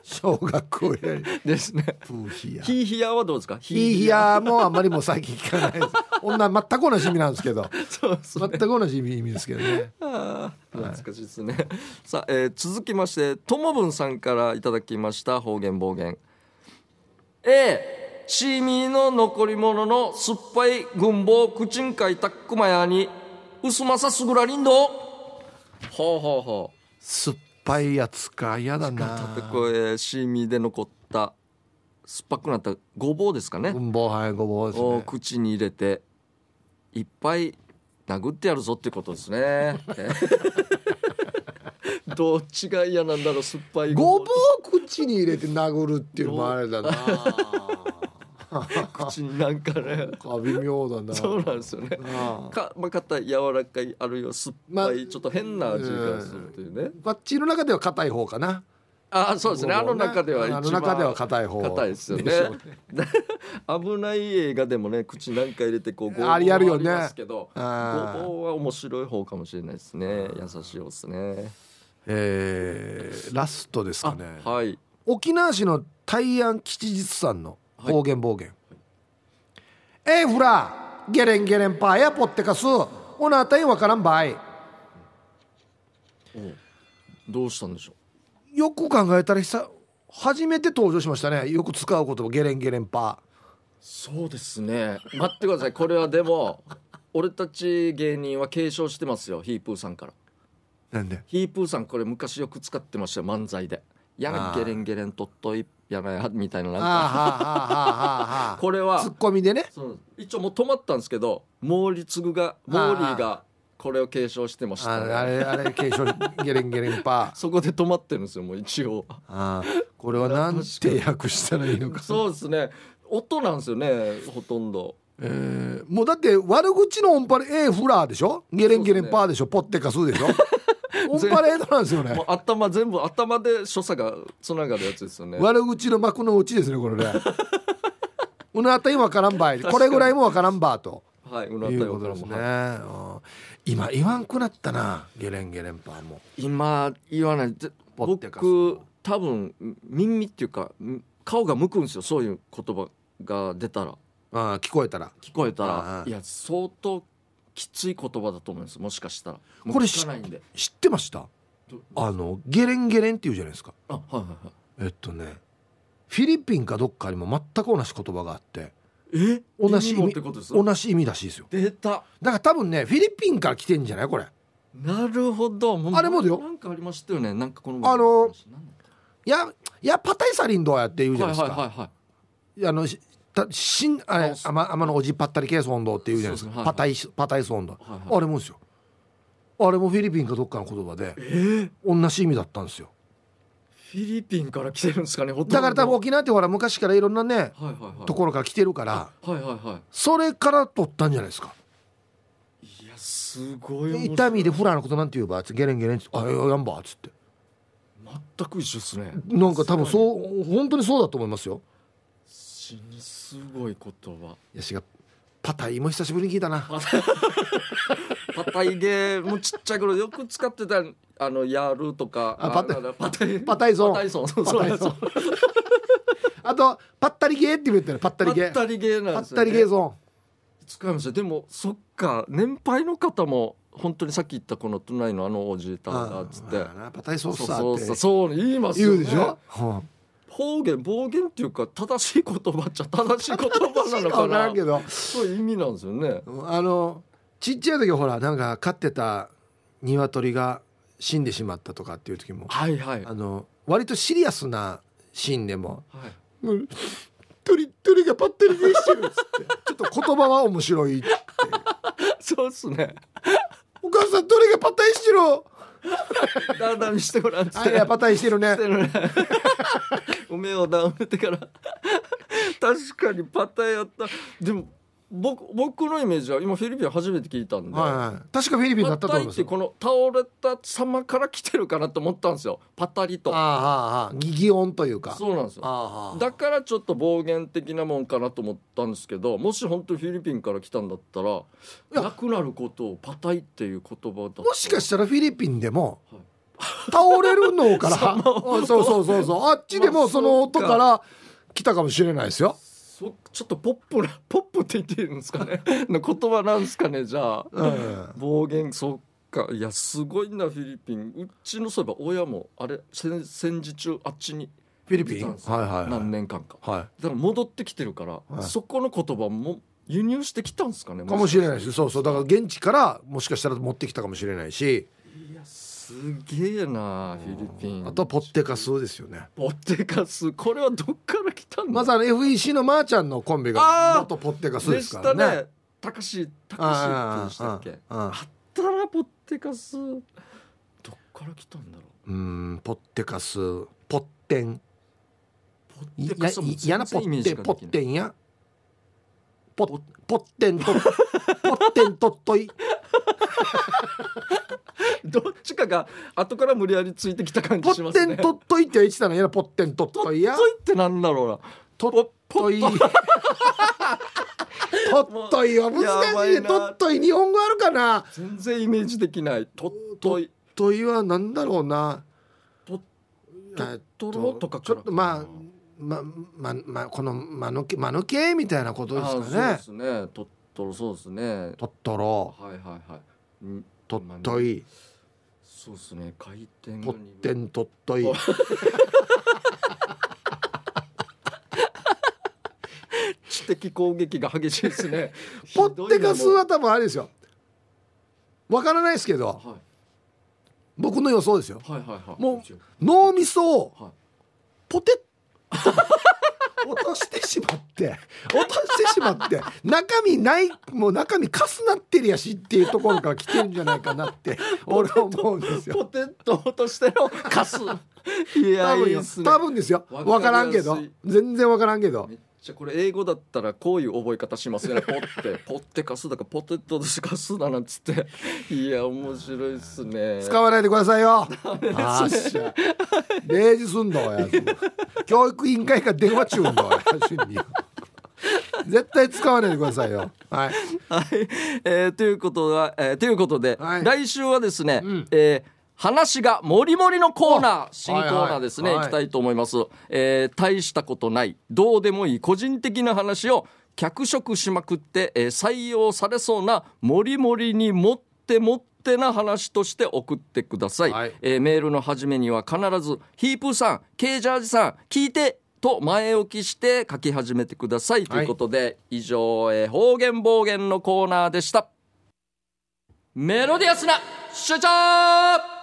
B: 小学校以来
A: ですね
B: プーヒヤー
A: ヒーヒヤはどうですか
B: ヒーヒヤーもあんまりもう最近聞かないです 女全く同じ意味なんですけど
A: そうです
B: 全
A: ね
B: く同じ意味ですけどね
A: あー懐かしいですね、 さあ、えー続きましてともぶんさんからいただきました方言暴言 A シーミーの残り物の酸っぱい軍棒口んかいたっくまやに薄まさすぐらりんどほうほうほう
B: 酸っぱいやつか嫌だな
A: でこれシーミーで残った酸っぱくなったごぼうですかね
B: うんぼうはいごぼうです
A: を
B: ね
A: 口に入れていっぱい殴ってやるぞってことですね。 どっちが嫌なんだろう酸っぱい
B: ご
A: う
B: ぼう口に入れて殴るっていうのもあれだ な
A: 口になんかね
B: なんか微妙だな
A: そうなんですよね。
B: ああ
A: かまあ硬い柔らかいあるいは酸っぱい、
B: ま
A: ちょっと変な味がするというね。
B: バッチの中では硬い方かな
A: ああそうですねあの中では一
B: あ
A: 番
B: の中では硬い方
A: 硬いですよね
B: しょう
A: 危ない映画でもね口なんか入れてこうごぼう
B: あれやるよね
A: もありますけどごぼう
B: あー
A: は面白い方かもしれないですね優しい方ですね
B: えーラストですかね、
A: はい
B: 沖縄市の大安吉日さんの方言暴言、えーフラゲレンゲレンパーやポッテカスおなたにわからんばい
A: どうしたんでしょ
B: よく考えたら久初めて登場しましたねよく使う言葉ゲレンゲレンパ
A: うそうですね待ってくださいこれはでも俺たち芸人は継承してますよヒープーさんから
B: ーなんで
A: ヒープーさんこれ昔よく使ってましたよ漫才で「やな
B: あー
A: ゲレンゲレンとっといやなや」みたいななん
B: あー
A: か
B: はーはーはーはーは ー
A: これは
B: ツッコミでね
A: そう一応もう止まったんですけどモーリツグがモーリーがこれを継承してまし
B: あ
A: た、
B: れ
A: ね、
B: あれあれ継承ゲレンゲレンパー
A: そこで止まってるんですよもう一応
B: あーこれはなんて訳したらいいのか
A: そうですね音なんですよねほとんど
B: えーもうだって悪口のオンパレ A フラーでしょゲレンゲレンパーでしょポッテカスーで しょオンパレードなんですよね
A: もう頭全部頭で所作がつながるやつですよね
B: 悪口の幕の内ですねこれ ねうなたいわからんばいこれぐらいもわからんばと
A: はいうな
B: いうこと
A: た
B: で
A: い
B: すね、
A: は
B: うん今言わんくなったなゲレンゲレンパーも
A: い今言わないで
B: ポッテカス
A: 僕多分耳っていうかん顔が向くんですよそういう言葉が出たら
B: あー聞こえたら
A: 聞こえたら
B: あー
A: いや相当きつい言葉だと思いますもしかしたらもう
B: これ
A: 聞かないんで
B: 知ってました
A: ど
B: あのゲレンゲレンっていうじゃないですか
A: あはいはいはい
B: えっとねフィリピンかどっかにも全く同じ言葉があって
A: え
B: 同じ意味
A: 意味もってことです
B: 同じ意味らしいですよ
A: データ
B: だから多分ねフィリピンから来てんじゃないこれ
A: なるほどう
B: あれもだよ
A: なんかありましたよねなんかこの
B: あの
A: なんだっ
B: ややパタイサリンどうやって言う
A: け
B: じゃ
A: は
B: ない
A: い
B: です
A: はい
B: か、
A: はいは
B: あのしたしんあれ
A: そう
B: あまのおじパッタリケース温度って言うじゃないですか
A: そうそうはいはい
B: パタイスパタイス温度、
A: いはいはい
B: あれもですよあれもフィリピンかどっかの言葉で、同じ意味だったんですよ
A: いフィリピンから来てるんですかねほとんど
B: だから多分沖縄ってほら昔からいろんなね
A: はいはいはい
B: ところから来てるから
A: はいはいは
B: それから取ったんじゃないですか
A: いいやすごい面白い
B: 痛みでフラーのことなんて言うばゲレンゲレンっつって「あやんば」っつって
A: 全く一緒ですね
B: なんか多分そう本当にそうだと思いますよ
A: 死にすごい言葉
B: いやしがパタイも久しぶりに聞いたな
A: パタイゲーもちっちゃい頃よく使ってたあのやるとか
B: あパタイ
A: なんだパタイ
B: パタイソン
A: パタイソンそうそう
B: パタイ
A: そ
B: ソン
A: う
B: あと「パッタリゲー」って言ってるパッタリゲー
A: パタリゲー
B: パ
A: なんです
B: ッ
A: よ、ね、
B: タリゲーゾ
A: 使いましたでもそっか年配の方も本当にさっき言ったこの都内のあのおじいた
B: ーン
A: んだっつって
B: あーなパタイソー
A: そう
B: ス
A: そ
B: ー
A: うそうそ
B: って
A: う言います
B: 言
A: よ、ね、
B: うでしょは
A: 方言暴言っていうか正しい言葉っちゃ正しい言
B: あ
A: 葉なのか
B: わから
A: なん
B: けど
A: そういう意味なんですよね
B: あのちっちゃい時ほらなんか飼ってた鶏が死んでしまったとかっていう時も
A: はいはいは
B: あの割とシリアスなシーンでも
A: い
B: 「もう鳥鳥がパッタリゲーしてる」っつってちょっと言葉は面白い
A: そうっすね
B: お母さん鳥がパタイし てる
A: だんだん見してごらんっつっ
B: あい
A: て
B: やパタイしてるね
A: してるね 梅をダウンってから確かにパターやったでも僕僕のイメージは今フィリピン初めて聞いたんで、
B: はいはい、確かフィリピンだ
A: パ
B: ったと思
A: タ
B: い
A: イ
B: ま
A: っ
B: す
A: て
B: よ
A: この倒れた様から来てるかなと思ったんですよパタリ
B: ああ
A: と
B: ああああ擬擬音というか
A: そうなんですよ
B: ああ
A: だからちょっと暴言的なもんかなと思ったんですけどもし本当にフィリピンから来たんだったら
B: や
A: なくなることをパタイっていう言葉だった
B: もしかしたらフィリピンでも
A: はい
B: 倒れる のからそうそうそうそうあっちで
A: ま
B: も
A: あ
B: その音
A: そうか
B: か
A: ら
B: 来たかもしれないですよ。
A: そちょっとポップな ポップって言ってるんですかね の言葉なんですかねじゃあ
B: うん
A: 暴言そっかいやすごいなフィリピンうちのそういえば親もあれ戦戦時中あっちに
B: フィリピ
A: 行
B: ン
A: ってたん
B: は
A: です
B: い
A: よ
B: はいは
A: 何
B: い
A: 年間か
B: は
A: だから戻ってきてるから、
B: はい
A: そこの言葉も輸入してきたんですかね
B: いかもしれない
A: い
B: ですそうそうだから現地からもしかしたら持ってきたかもしれないし
A: いやすげえなフィリピン
B: あとはポッテカスですよね。
A: ポッテカスこれはどっから来たんだ
B: まずあの FEC のまーちゃんのコンビ
A: あ
B: が
A: ー
B: 元ポッテカス
A: で
B: です
A: し
B: から
A: た
B: ね。
A: ねたかし、たかしってでしたっけ
B: うんうんう
A: あ
B: ん
A: ったらポッテカスどっから来たんだろう
B: うんポッテカスポッテン
A: ポ
B: い
A: ッテカスはもう
B: いやなポ
A: 全然イメ
B: ッ
A: ージ
B: テ
A: が
B: ポ
A: でき
B: ッ
A: ない
B: テンやポッポッテンとポ ッテンとっとい
A: どっちかが後から無理やりついてきた感
B: ポ
A: じしま
B: ッ
A: す
B: テ
A: ね。
B: ンとっといって言ってたのやなポッテンとっ
A: とっ
B: といや
A: といってなんだろうな。
B: と
A: ポ
B: っといと っといは
A: やば
B: 難しい
A: い
B: ね
A: な
B: とっとい日本語あるかな
A: 全然イメージできない。とっとい。
B: といはなんだろうな
A: とっ
B: えっ
A: とろとか
B: ち
A: か
B: ょ
A: ら
B: っとまあまままこの間抜け間抜けみたいなことで
A: あそう
B: すか
A: で
B: ね
A: すね。とっとろそうですね。
B: とっとろ
A: はいはいはい。ん
B: とっと。い
A: そうですね。回転が
B: ポッテンとっとい。
A: お知的攻撃が激しいです ね
B: ポッテカス
A: は
B: は多分あれですよわからないですけど
A: はい
B: 僕の予想ですよ
A: はいはいはい。
B: も脳みそを
A: はい
B: ポテッ 落としてしまって落としてしまって中身ないもう中身かすなってるやしっていうところから来てるんじゃないか なって俺は思うんですよ
A: ポテトとしての カス。いや
B: 多
A: い
B: 分
A: い
B: よ
A: ですね。
B: 多分ですよ
A: わかりやすい
B: 分からんけど全然分からんけど
A: めっちゃこれ英語だったらこういう覚え方し ますよね。ポってポってカスだからポテトとしてカスだなんつっ て。いや面白いっすね。
B: 使わないでくださいよあっしゃ礼儀すんだおやつ教育委員会から電話中んだおやつに絶対使わないでくださいよはい
A: はい、えーということは、えーということで、
B: はい
A: 来週はですね、
B: ん
A: えー話がもりもりのコーナー
B: お
A: 新コーナーですね、
B: はい
A: い
B: はい
A: きたいと思います、えー大したことないどうでもいい個人的な話を脚色しまくって、えー採用されそうなもりもりに持って持ってな話として送ってください、
B: はい
A: えーメールの始めには必ず「ヒープーさんケージャージさん聞いて!」と前置きして書き始めてくださいということで、以上、えー方言暴言のコーナーでしたメロディアスな主張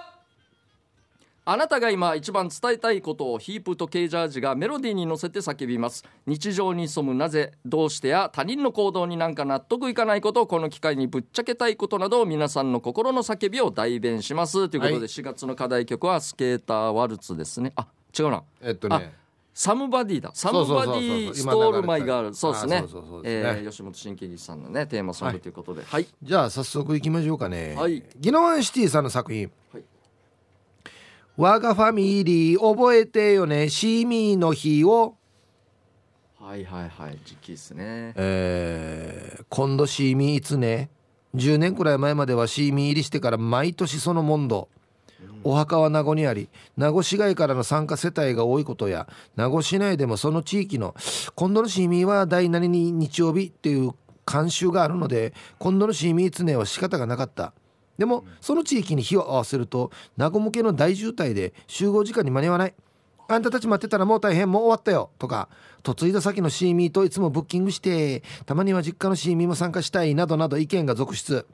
A: あなたが今一番伝えたいことをヒープとケージャージがメロディーに乗せて叫びます日常に潜むなぜどうしてや他人の行動になんか納得いかないことをこの機会にぶっちゃけたいことなど皆さんの心の叫びを代弁しますということで、
B: はい
A: 4月の課題曲はスケーターワルツですねあ違うな
B: えっとね
A: サムバディだサムバディストールマイガールそうですね
B: そうそうそうそう今流れてたあそ
A: えー吉本
B: うそうそうそうですね
A: 新喜劇さんのねテーマソングということではい
B: じゃあ早速いきましょうかね、
A: はい
B: ギノワンシティさんの作品
A: はい
B: 「我がファミリー覚えてよねシミの日を」
A: はいはいはい時期ですね
B: えー今度シーミーいつね10年くらい前まではシーミー入りしてから毎年その問答お墓は名護にあり名護市外からの参加世帯が多いことや名護市内でもその地域の「今度のシーミーは第何に日曜日」っていう慣習があるので今度のシーミーいつねは仕方がなかったでもその地域に火を合わせると名護向けの大渋滞で集合時間に間に合わないあんたたち待ってたらもう大変もう終わったよとか嫁いだ先のシーミーといつもブッキングしてたまには実家のシーミーも参加したいなどなど意見が続出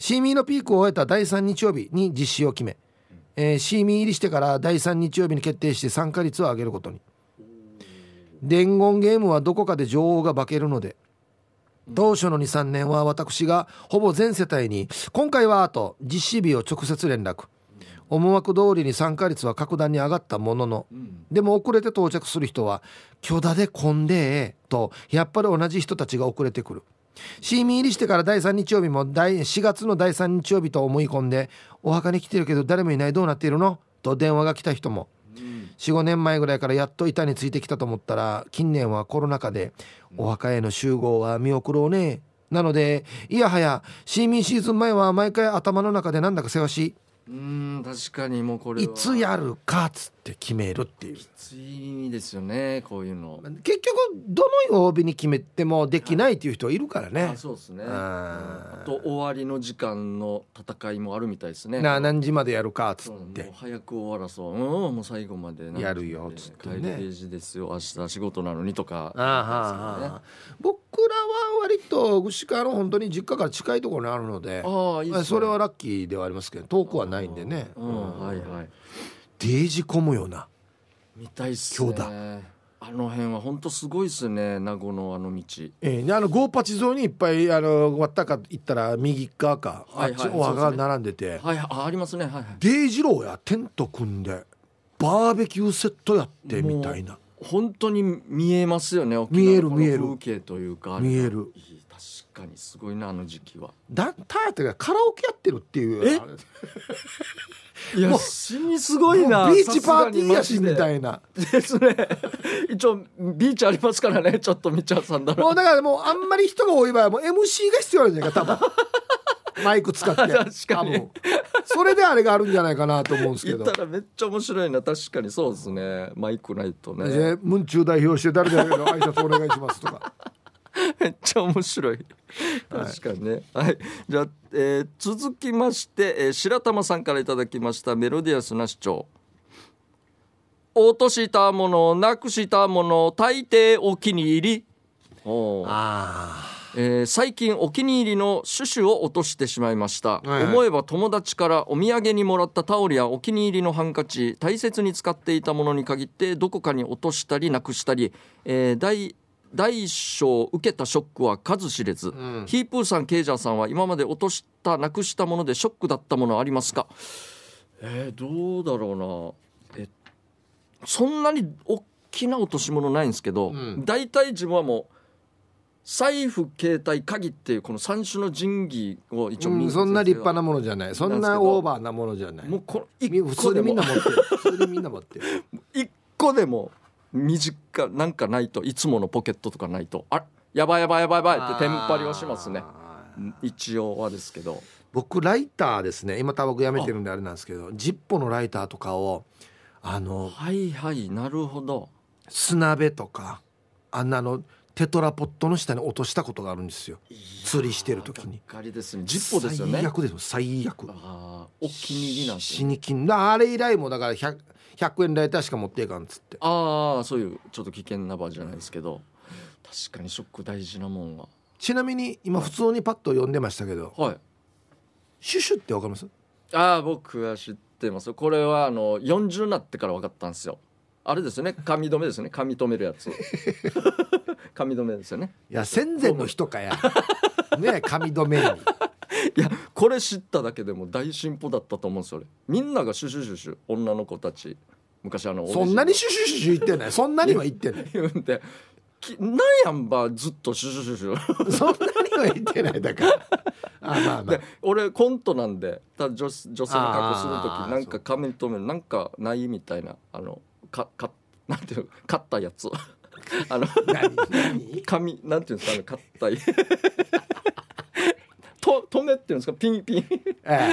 B: シーミーのピークを終えた第3日曜日に実施を決め、えーシーミー入りしてから第3日曜日に決定して参加率を上げることに伝言ゲームはどこかで女王が化けるので当初の23年は私がほぼ全世帯に「今回は」と実施日を直接連絡思惑通りに参加率は格段に上がったものの
A: うん
B: でも遅れて到着する人は「巨大で混んでえ」とやっぱり同じ人たちが遅れてくるシーミー入りしてから第3日曜日も第4月の第3日曜日と思い込んで「お墓に来てるけど誰もいないどうなっているの?」と電話が来た人も45年前ぐらいからやっと板についてきたと思ったら近年はコロナ禍でお墓への集合は見送ろうねなのでいやはやシーミーシーズン前は毎回頭の中でなんだかせわし
A: うん確かにもうこれ
B: い
A: はい
B: つやるかっつって決めるっていう
A: きついですよねこういうの
B: 結局どの曜日に決めてもできないっていう人いるからね
A: あ、そうですね
B: うん
A: あと終わりの時間の戦いもあるみたいですね
B: な何時までやるかっつ
A: そ
B: っ
A: うもう
B: て
A: 早く終わらそううんもう最後までなんか
B: やるよっつってね
A: 帰りページですよ明日仕事なのにとか
B: ああああああ僕らは割と牛川の本当に実家から近いところにあるので
A: ああいいっすね
B: それはラッキーではありますけど遠くはないんでね、
A: うんうんはいはい
B: デージ混むよな
A: 見たいっすね
B: 今日
A: あの辺は本当すごいっすね名護のあの道
B: ええであのゴーパチ沿いにいっぱいあのわったか行ったら右側か、
A: はいはい
B: あっちお墓が並んでて、
A: はいあありますねはいはい
B: デージローやテント組んでバーベキューセットやってみたいな
A: 本当に見えますよね沖
B: 見える
A: 縄のこの
B: 見える
A: 風景というか
B: 見える
A: いい確かにすごいなあの時期は
B: 団体やったからカラオケやってるっていう
A: え
B: あれ
A: いや
B: もう
A: 死にすごいな
B: ビーチパーティーやしみた
A: い
B: いな
A: ですね一応ビーチありますからねちょっとみちゃさんだろ
B: もうだからもうあんまり人が多い場合はもう MC が必要なんじゃないか多 分マイク使って
A: 確かに
B: 多分それであれがあるんじゃないかなと思うんですけ
A: 行っ
B: ど
A: たらめっちゃ面白いな確かにそうですねマイクないと
B: え
A: ね
B: ームンチュー代表して誰々の挨拶お願いしますとか
A: めっちゃ面白い確かにねはい、じゃあ、えー続きまして、えー白玉さんからいただきましたメロディアスな主張落としたものなくしたもの大抵お気に入りおー
B: あ
A: えー最近お気に入りのシュシュを落としてしまいました、
B: いはい
A: 思えば友達からお土産にもらったタオルやお気に入りのハンカチ大切に使っていたものに限ってどこかに落としたりなくしたり、えー大大小受けたショックは数知れず、
B: ん
A: ヒープーさんケイジャーさんは今まで落としたなくしたものでショックだったものありますかえーどうだろうなえそんなに大きな落とし物ないんですけど、
B: ん
A: 大体自分はもう財布携帯鍵っていうこの三種の神器を一応
B: うん、そんな立派なものじゃないそんなオーバーなものじゃない
A: もうこの
B: み
A: 一
B: 普
A: 個
B: 通
A: で
B: にみん
A: も
B: な持ってる普通にみんな 持ってる
A: 一個でも短いなんかないといつものポケットとかないとあやばいやばいやばいやばいってテンパりはしますね
B: あー
A: うん一応はですけど
B: 僕ライターですね今タバコやめてるんであれなんですけどジッポのライターとかをあの
A: はいはいなるほど
B: 砂鍋とかあんなのテトラポットの下に落としたことがあるんですよ釣りしてる時
A: が
B: に
A: っかりですねジッポですよね
B: 最悪ですよ最悪
A: ああお気に入りなんです
B: 死
A: ね
B: にきんだあれ以来もだから 100, 100円ライターしか持っていかんっつって
A: ああそういうちょっと危険な場じゃないですけど確かにショック大事なもんは
B: ちなみに今普通にパッと読んでましたけど
A: はい
B: シュシュってわかります
A: ああ僕は知ってますこれはあの40になってから分かったんですよあれですよね髪留めですよね髪留めるやつ 髪留めですよね
B: いや戦前の人 かやねえ髪留めに
A: いやこれ知っただけでも大進歩だったと思うんですよ俺みんながシュシュシュシュ女の子たち昔あの
B: そんなにシュシュシュシュ言ってないそんなには言ってない
A: 言うんできなんやんばずっとシュシュシュシュ
B: そんなには言ってないだからあまあまあ
A: で俺コントなんでただ女子女性の格好する
B: あー
A: 時なんか髪留めるなんかないみたいなあのかか なんていうの買ったやつ あの
B: 何何
A: 髪なんていうんですかあの買った と止めっていうんですかピンピン
B: ええ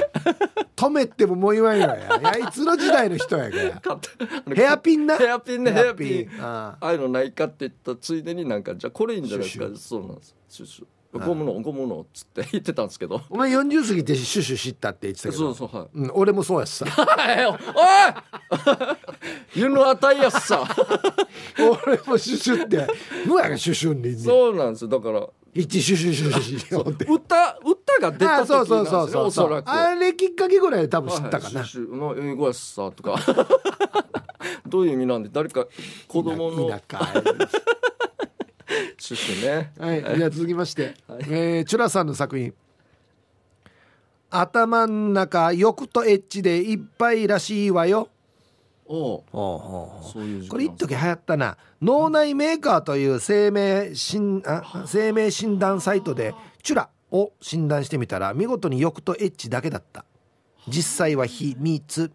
B: 止めてももう言わんよやいやいつの時代の人やか
A: 買
B: ら
A: ったあの
B: ヘアピンな
A: ヘアピンねヘアピン
B: ああ
A: ああいうのないかって言ったついでになんかじゃあこれいいんじゃないですか
B: シュ
A: そうなんですシュシュ
B: はい
A: ゴムのゴムのっつって言ってたんですけど
B: お前40過ぎてシュシュ知ったって言ってたけど
A: そうそうはい
B: うん、俺もそうやしさ
A: おい湯の与えやすさ
B: 俺もシュシュって無やがシュシュに
A: そうなんですよだから
B: 一シュシュシュシュシュって
A: 歌歌が出た時
B: あそ
A: なん
B: う
A: です
B: そ
A: よ
B: うそうそう
A: おそらく
B: あれきっかけぐらいで多分知ったかな、
A: はいシュシュの英語やしさとか どういう意味なんで誰か子供の
B: 田舎
A: シュシュね
B: はい、じゃあ続きまして、
A: はい
B: えーチュラさんの作品「頭ん中欲とエッチでいっぱいらしいわよ
A: おう」
B: こ
A: そういう時期
B: れ
A: なんで
B: 一
A: す
B: 時流行ったな脳内メーカーという生命診あ生命診断サイトでチュラを診断してみたら見事に欲とエッチだけだった実際は秘密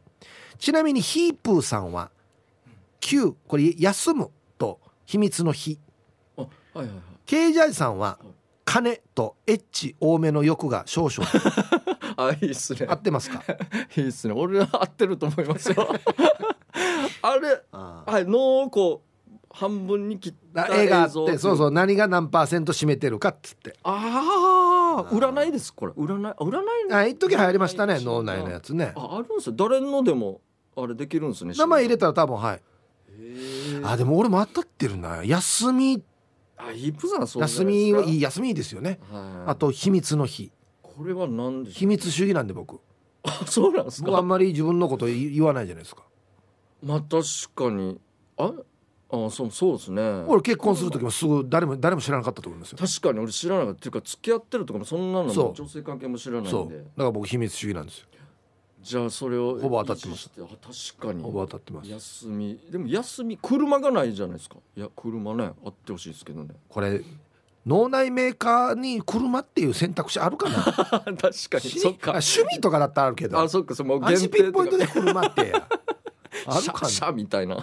B: ちなみにヒープーさんは「Q」これ「休む」と「秘密の日」
A: あはいはいはい
B: ケイジャイさんは金とエッチ多めの欲が少々
A: あいいっすね
B: 合ってます か
A: いいっすね俺は合ってると思いますよ あれ
B: あ
A: はい脳をこう半分に切った
B: 絵があっ
A: 映像
B: てそうそう何が何パーセント占めてるかっつって
A: ああ
B: ー
A: 占いですこれ占いあ占い
B: あ一時流行りましたね脳内のやつね
A: ああるんですよ誰のでもあれできるんですね
B: 名前入れ
A: て
B: たら多分はいあでも俺も当たってるな休み
A: あイプさんそう
B: 休みはいい
A: い
B: 休みですよね
A: はい
B: あと秘密の日
A: これは何でし
B: 秘
A: ょう
B: 密主義なんで僕
A: あそうなんです
B: 僕あ
A: か
B: んまり自分のこと言言わないじゃないですか
A: まあ確かにああそうそうですね
B: 俺結婚する時もすぐ誰も誰も知らなかったと思いますよ
A: 確かに俺知らなかったっていうか付き合ってるとかもそんなの
B: そう
A: も女性関係も知らないん
B: そうだ
A: で
B: から僕秘密主義なんですよ
A: じゃあそれを
B: ほぼ当たってます
A: す確かに
B: ほぼ当たってます
A: 休みでも休み車がないじゃないですかいや車ねあってほしいですけ どね
B: これ脳内メーカーに車っていう選択肢あ るかな
A: 確かに
B: し
A: そっ
B: あ
A: か
B: 趣味とかだったらあるけど
A: あそっかその
B: アンチピンポイントで車っ てやある
A: シャ
B: か
A: シ
B: な
A: ャみたいない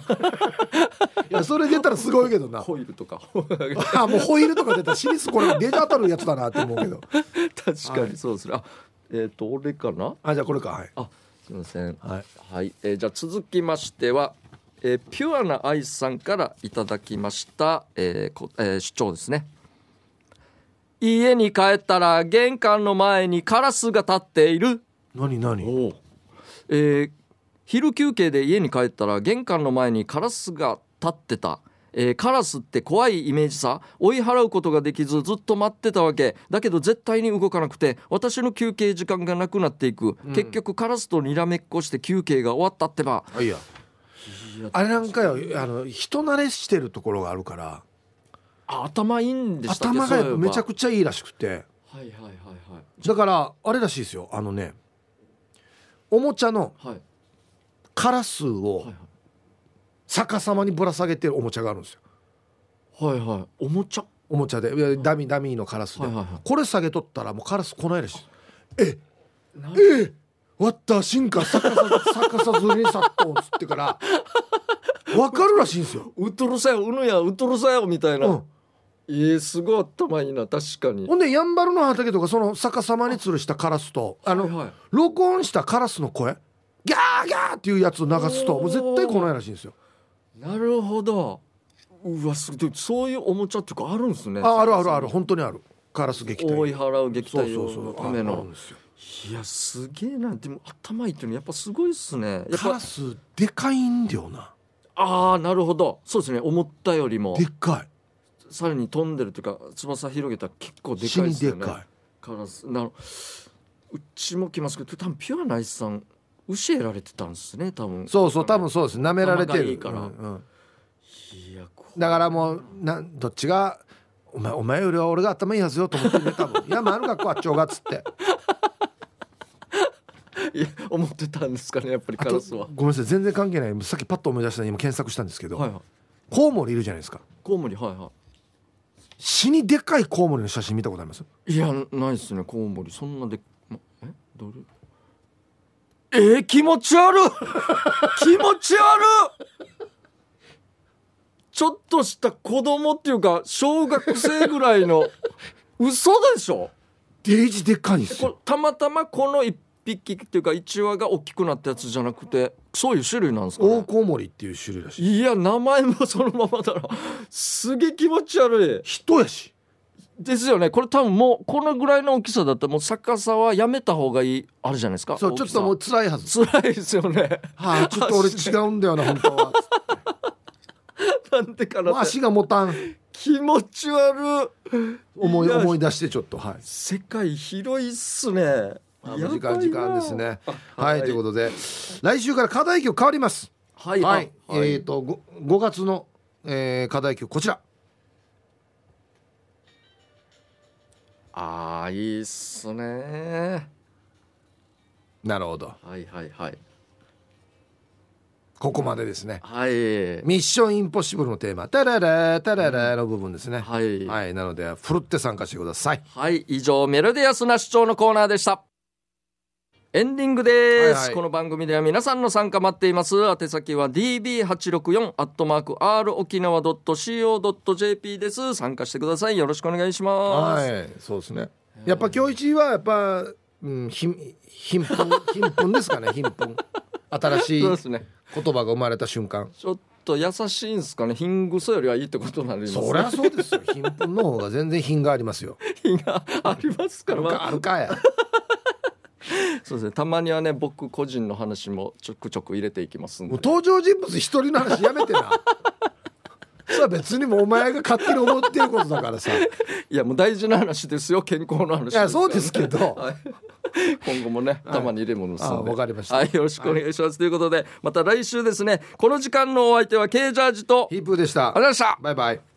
B: やそれ出たらすごいけどな
A: ホイールとか
B: あもうホイールとか出たらシリスこれデジャー当たるやつだなって思うけど
A: 確かにそうですねあえっ、と俺かな
B: あじゃあこれかはい
A: あすいません
B: はい
A: はい、えーじゃあ続きましては、えーピュアな愛さんからいただきました、えーこえー主張ですね家に帰ったら玄関の前にカラスが立っている
B: 何何
A: おえー昼休憩で家に帰ったら玄関の前にカラスが立ってた、えーカラスって怖いイメージさ追い払うことができずずっと待ってたわけだけど絶対に動かなくて私の休憩時間がなくなっていく、
B: うん
A: 結局カラスとにらめっこして休憩が終わったってば
B: あいやあれなんかよあの人慣れしてるところがあるから
A: あ頭いいんでしたっけ
B: 頭がやっぱめちゃ
A: ち
B: くちゃいいらしくて
A: ゃはいはいはいは
B: だからあれらしいですよあのねおもちゃの
A: いはい
B: カラスを逆さまにぶら下げてるおもちゃがあるんですよ
A: はいはいはいはいおもちゃ
B: おもちゃでいやダミーダミーのカラスで、
A: はいはいはい
B: これ下げとったらもうカラス来ないらしい
A: な
B: ええわった進化逆さ逆さずりに殺到っつってから分かるらしいんですよ、
A: ウトロさようぬやウトロさよみたいうな、
B: ん、
A: えー、すごい頭いいな確かに
B: ほんでやんばるの畑とかその逆さまに吊るしたカラスとあの、
A: はいはい
B: 録音したカラスの声ギャーギャーっていうやつを流すともう絶対来ないらしいんですよ
A: なるほど。うわ、すごい。そういうおもちゃっていうかあるんですね。
B: ああるあるある本当にあるカラス撃
A: 追い
B: 退
A: 払う撃
B: そ
A: 退
B: うそ
A: 用
B: うそ
A: の
B: う
A: ため
B: ああ
A: の
B: るんですよ
A: いやすげえなでも頭いいっていうのやっぱすごいっすねやっ
B: カラ
A: ぱ
B: スでかいんだよな
A: ああなるほどそうですね思ったよりも
B: でっか
A: さらに飛んでるというか翼広げたら結構
B: い
A: で
B: 死
A: かいっ
B: に
A: す
B: で
A: よね
B: か
A: カラスなのうちも来ますけど多分ピュアナイスさん教えられてたんですね多分
B: いそうそう多分そうです舐められて
A: 頭が
B: る
A: いいから
B: うんうん
A: いやこ
B: だからもうなどっちがお前お前よりは俺が頭いいはずよと思ってね多分いやまあある学校あっちょがっつって
A: いや思ってたんですかねやっぱり
B: あ
A: カ
B: と
A: ラスは。
B: ごめんなさい全然関係ないさっきパッと思い出したの今検索したんですけど、
A: はいはい。
B: コウモリいるじゃないですか
A: コウモリはいは
B: 死にでっかいコウモリの写真見たことあります
A: い。いやないですねコウモリそんなでまえどれ。えー、気持ち悪 い気持ち悪いちょっとした子供っていうか小学生ぐらい の嘘でしょ
B: デージでっかいんです
A: これ
B: よ
A: たまたまこの一匹っていうか一羽が大きくなったやつじゃなくてそういう種類なんですか、
B: 大
A: ね、
B: コウモリっていう種類だし
A: い
B: い
A: や名前もそのままだろすげえ気持ち悪い
B: 人やし
A: ですよねこれ多分もうこのぐらいの大きさだったらもう逆さはやめた方がいいあるじゃないですか
B: そうちょっとも
A: う
B: う辛いはず
A: 辛いですよね
B: はい、ちょっと俺違うんだよな本当 は
A: なんでか
B: もう
A: なって
B: 足が持たん
A: 気持ち悪い
B: 思い
A: や
B: 思い出してちょっとはい
A: 世界広いっすね
B: あ
A: やばいな
B: 時間時間ですね
A: あ
B: はい、ということで来週から課題曲変わります
A: はい
B: は
A: はいい、、
B: えっ、と 5, 5月の、えー課題曲こちら
A: ああいいっすね
B: なるほど
A: はいはいはい
B: ここまでですね
A: はい
B: ミッションインポッシブルのテーマ「タララタララ」の部分ですね、
A: はい、はい、
B: はい、なのでふるって参加してください
A: 以上メロディアスな主張のコーナーでした。エンディングです、
B: はいはい
A: この番組では皆さんの参加待っています。宛先は db864 アットマーク r 沖縄 .co.jp です。参加してください。よろしくお願いします。
B: はいそうですねやっぱ今日一はやっぱ、うん、ひん貧奮 貧奮ですかね貧奮新しい
A: そうですね。
B: 言葉が生まれた瞬間
A: ちょっと優しいんですかね。貧乏よりはいいってことになります、ね。
B: そりゃそうですよ貧奮の方が全然品がありますよ
A: 品がありますから。まあ
B: あるかや
A: そうですね。たまにはね、僕個人の話もちょくちょく入れていきますん
B: もう
A: で。
B: 登場人物一人の話やめてな さあ別にもうお前が勝手に思ってることだからさい
A: いやもう大事な話ですよ。健康の話ですよ。
B: やそうですけど、
A: はい、 今後もね、たまに入れ物する
B: あ
A: ので
B: わかりました
A: はい、よろしくお願いします、ということでまた来週ですねこの時間のお相手は K ジャージとありがとう
B: ヒープーでした
A: ございました
B: バイバイ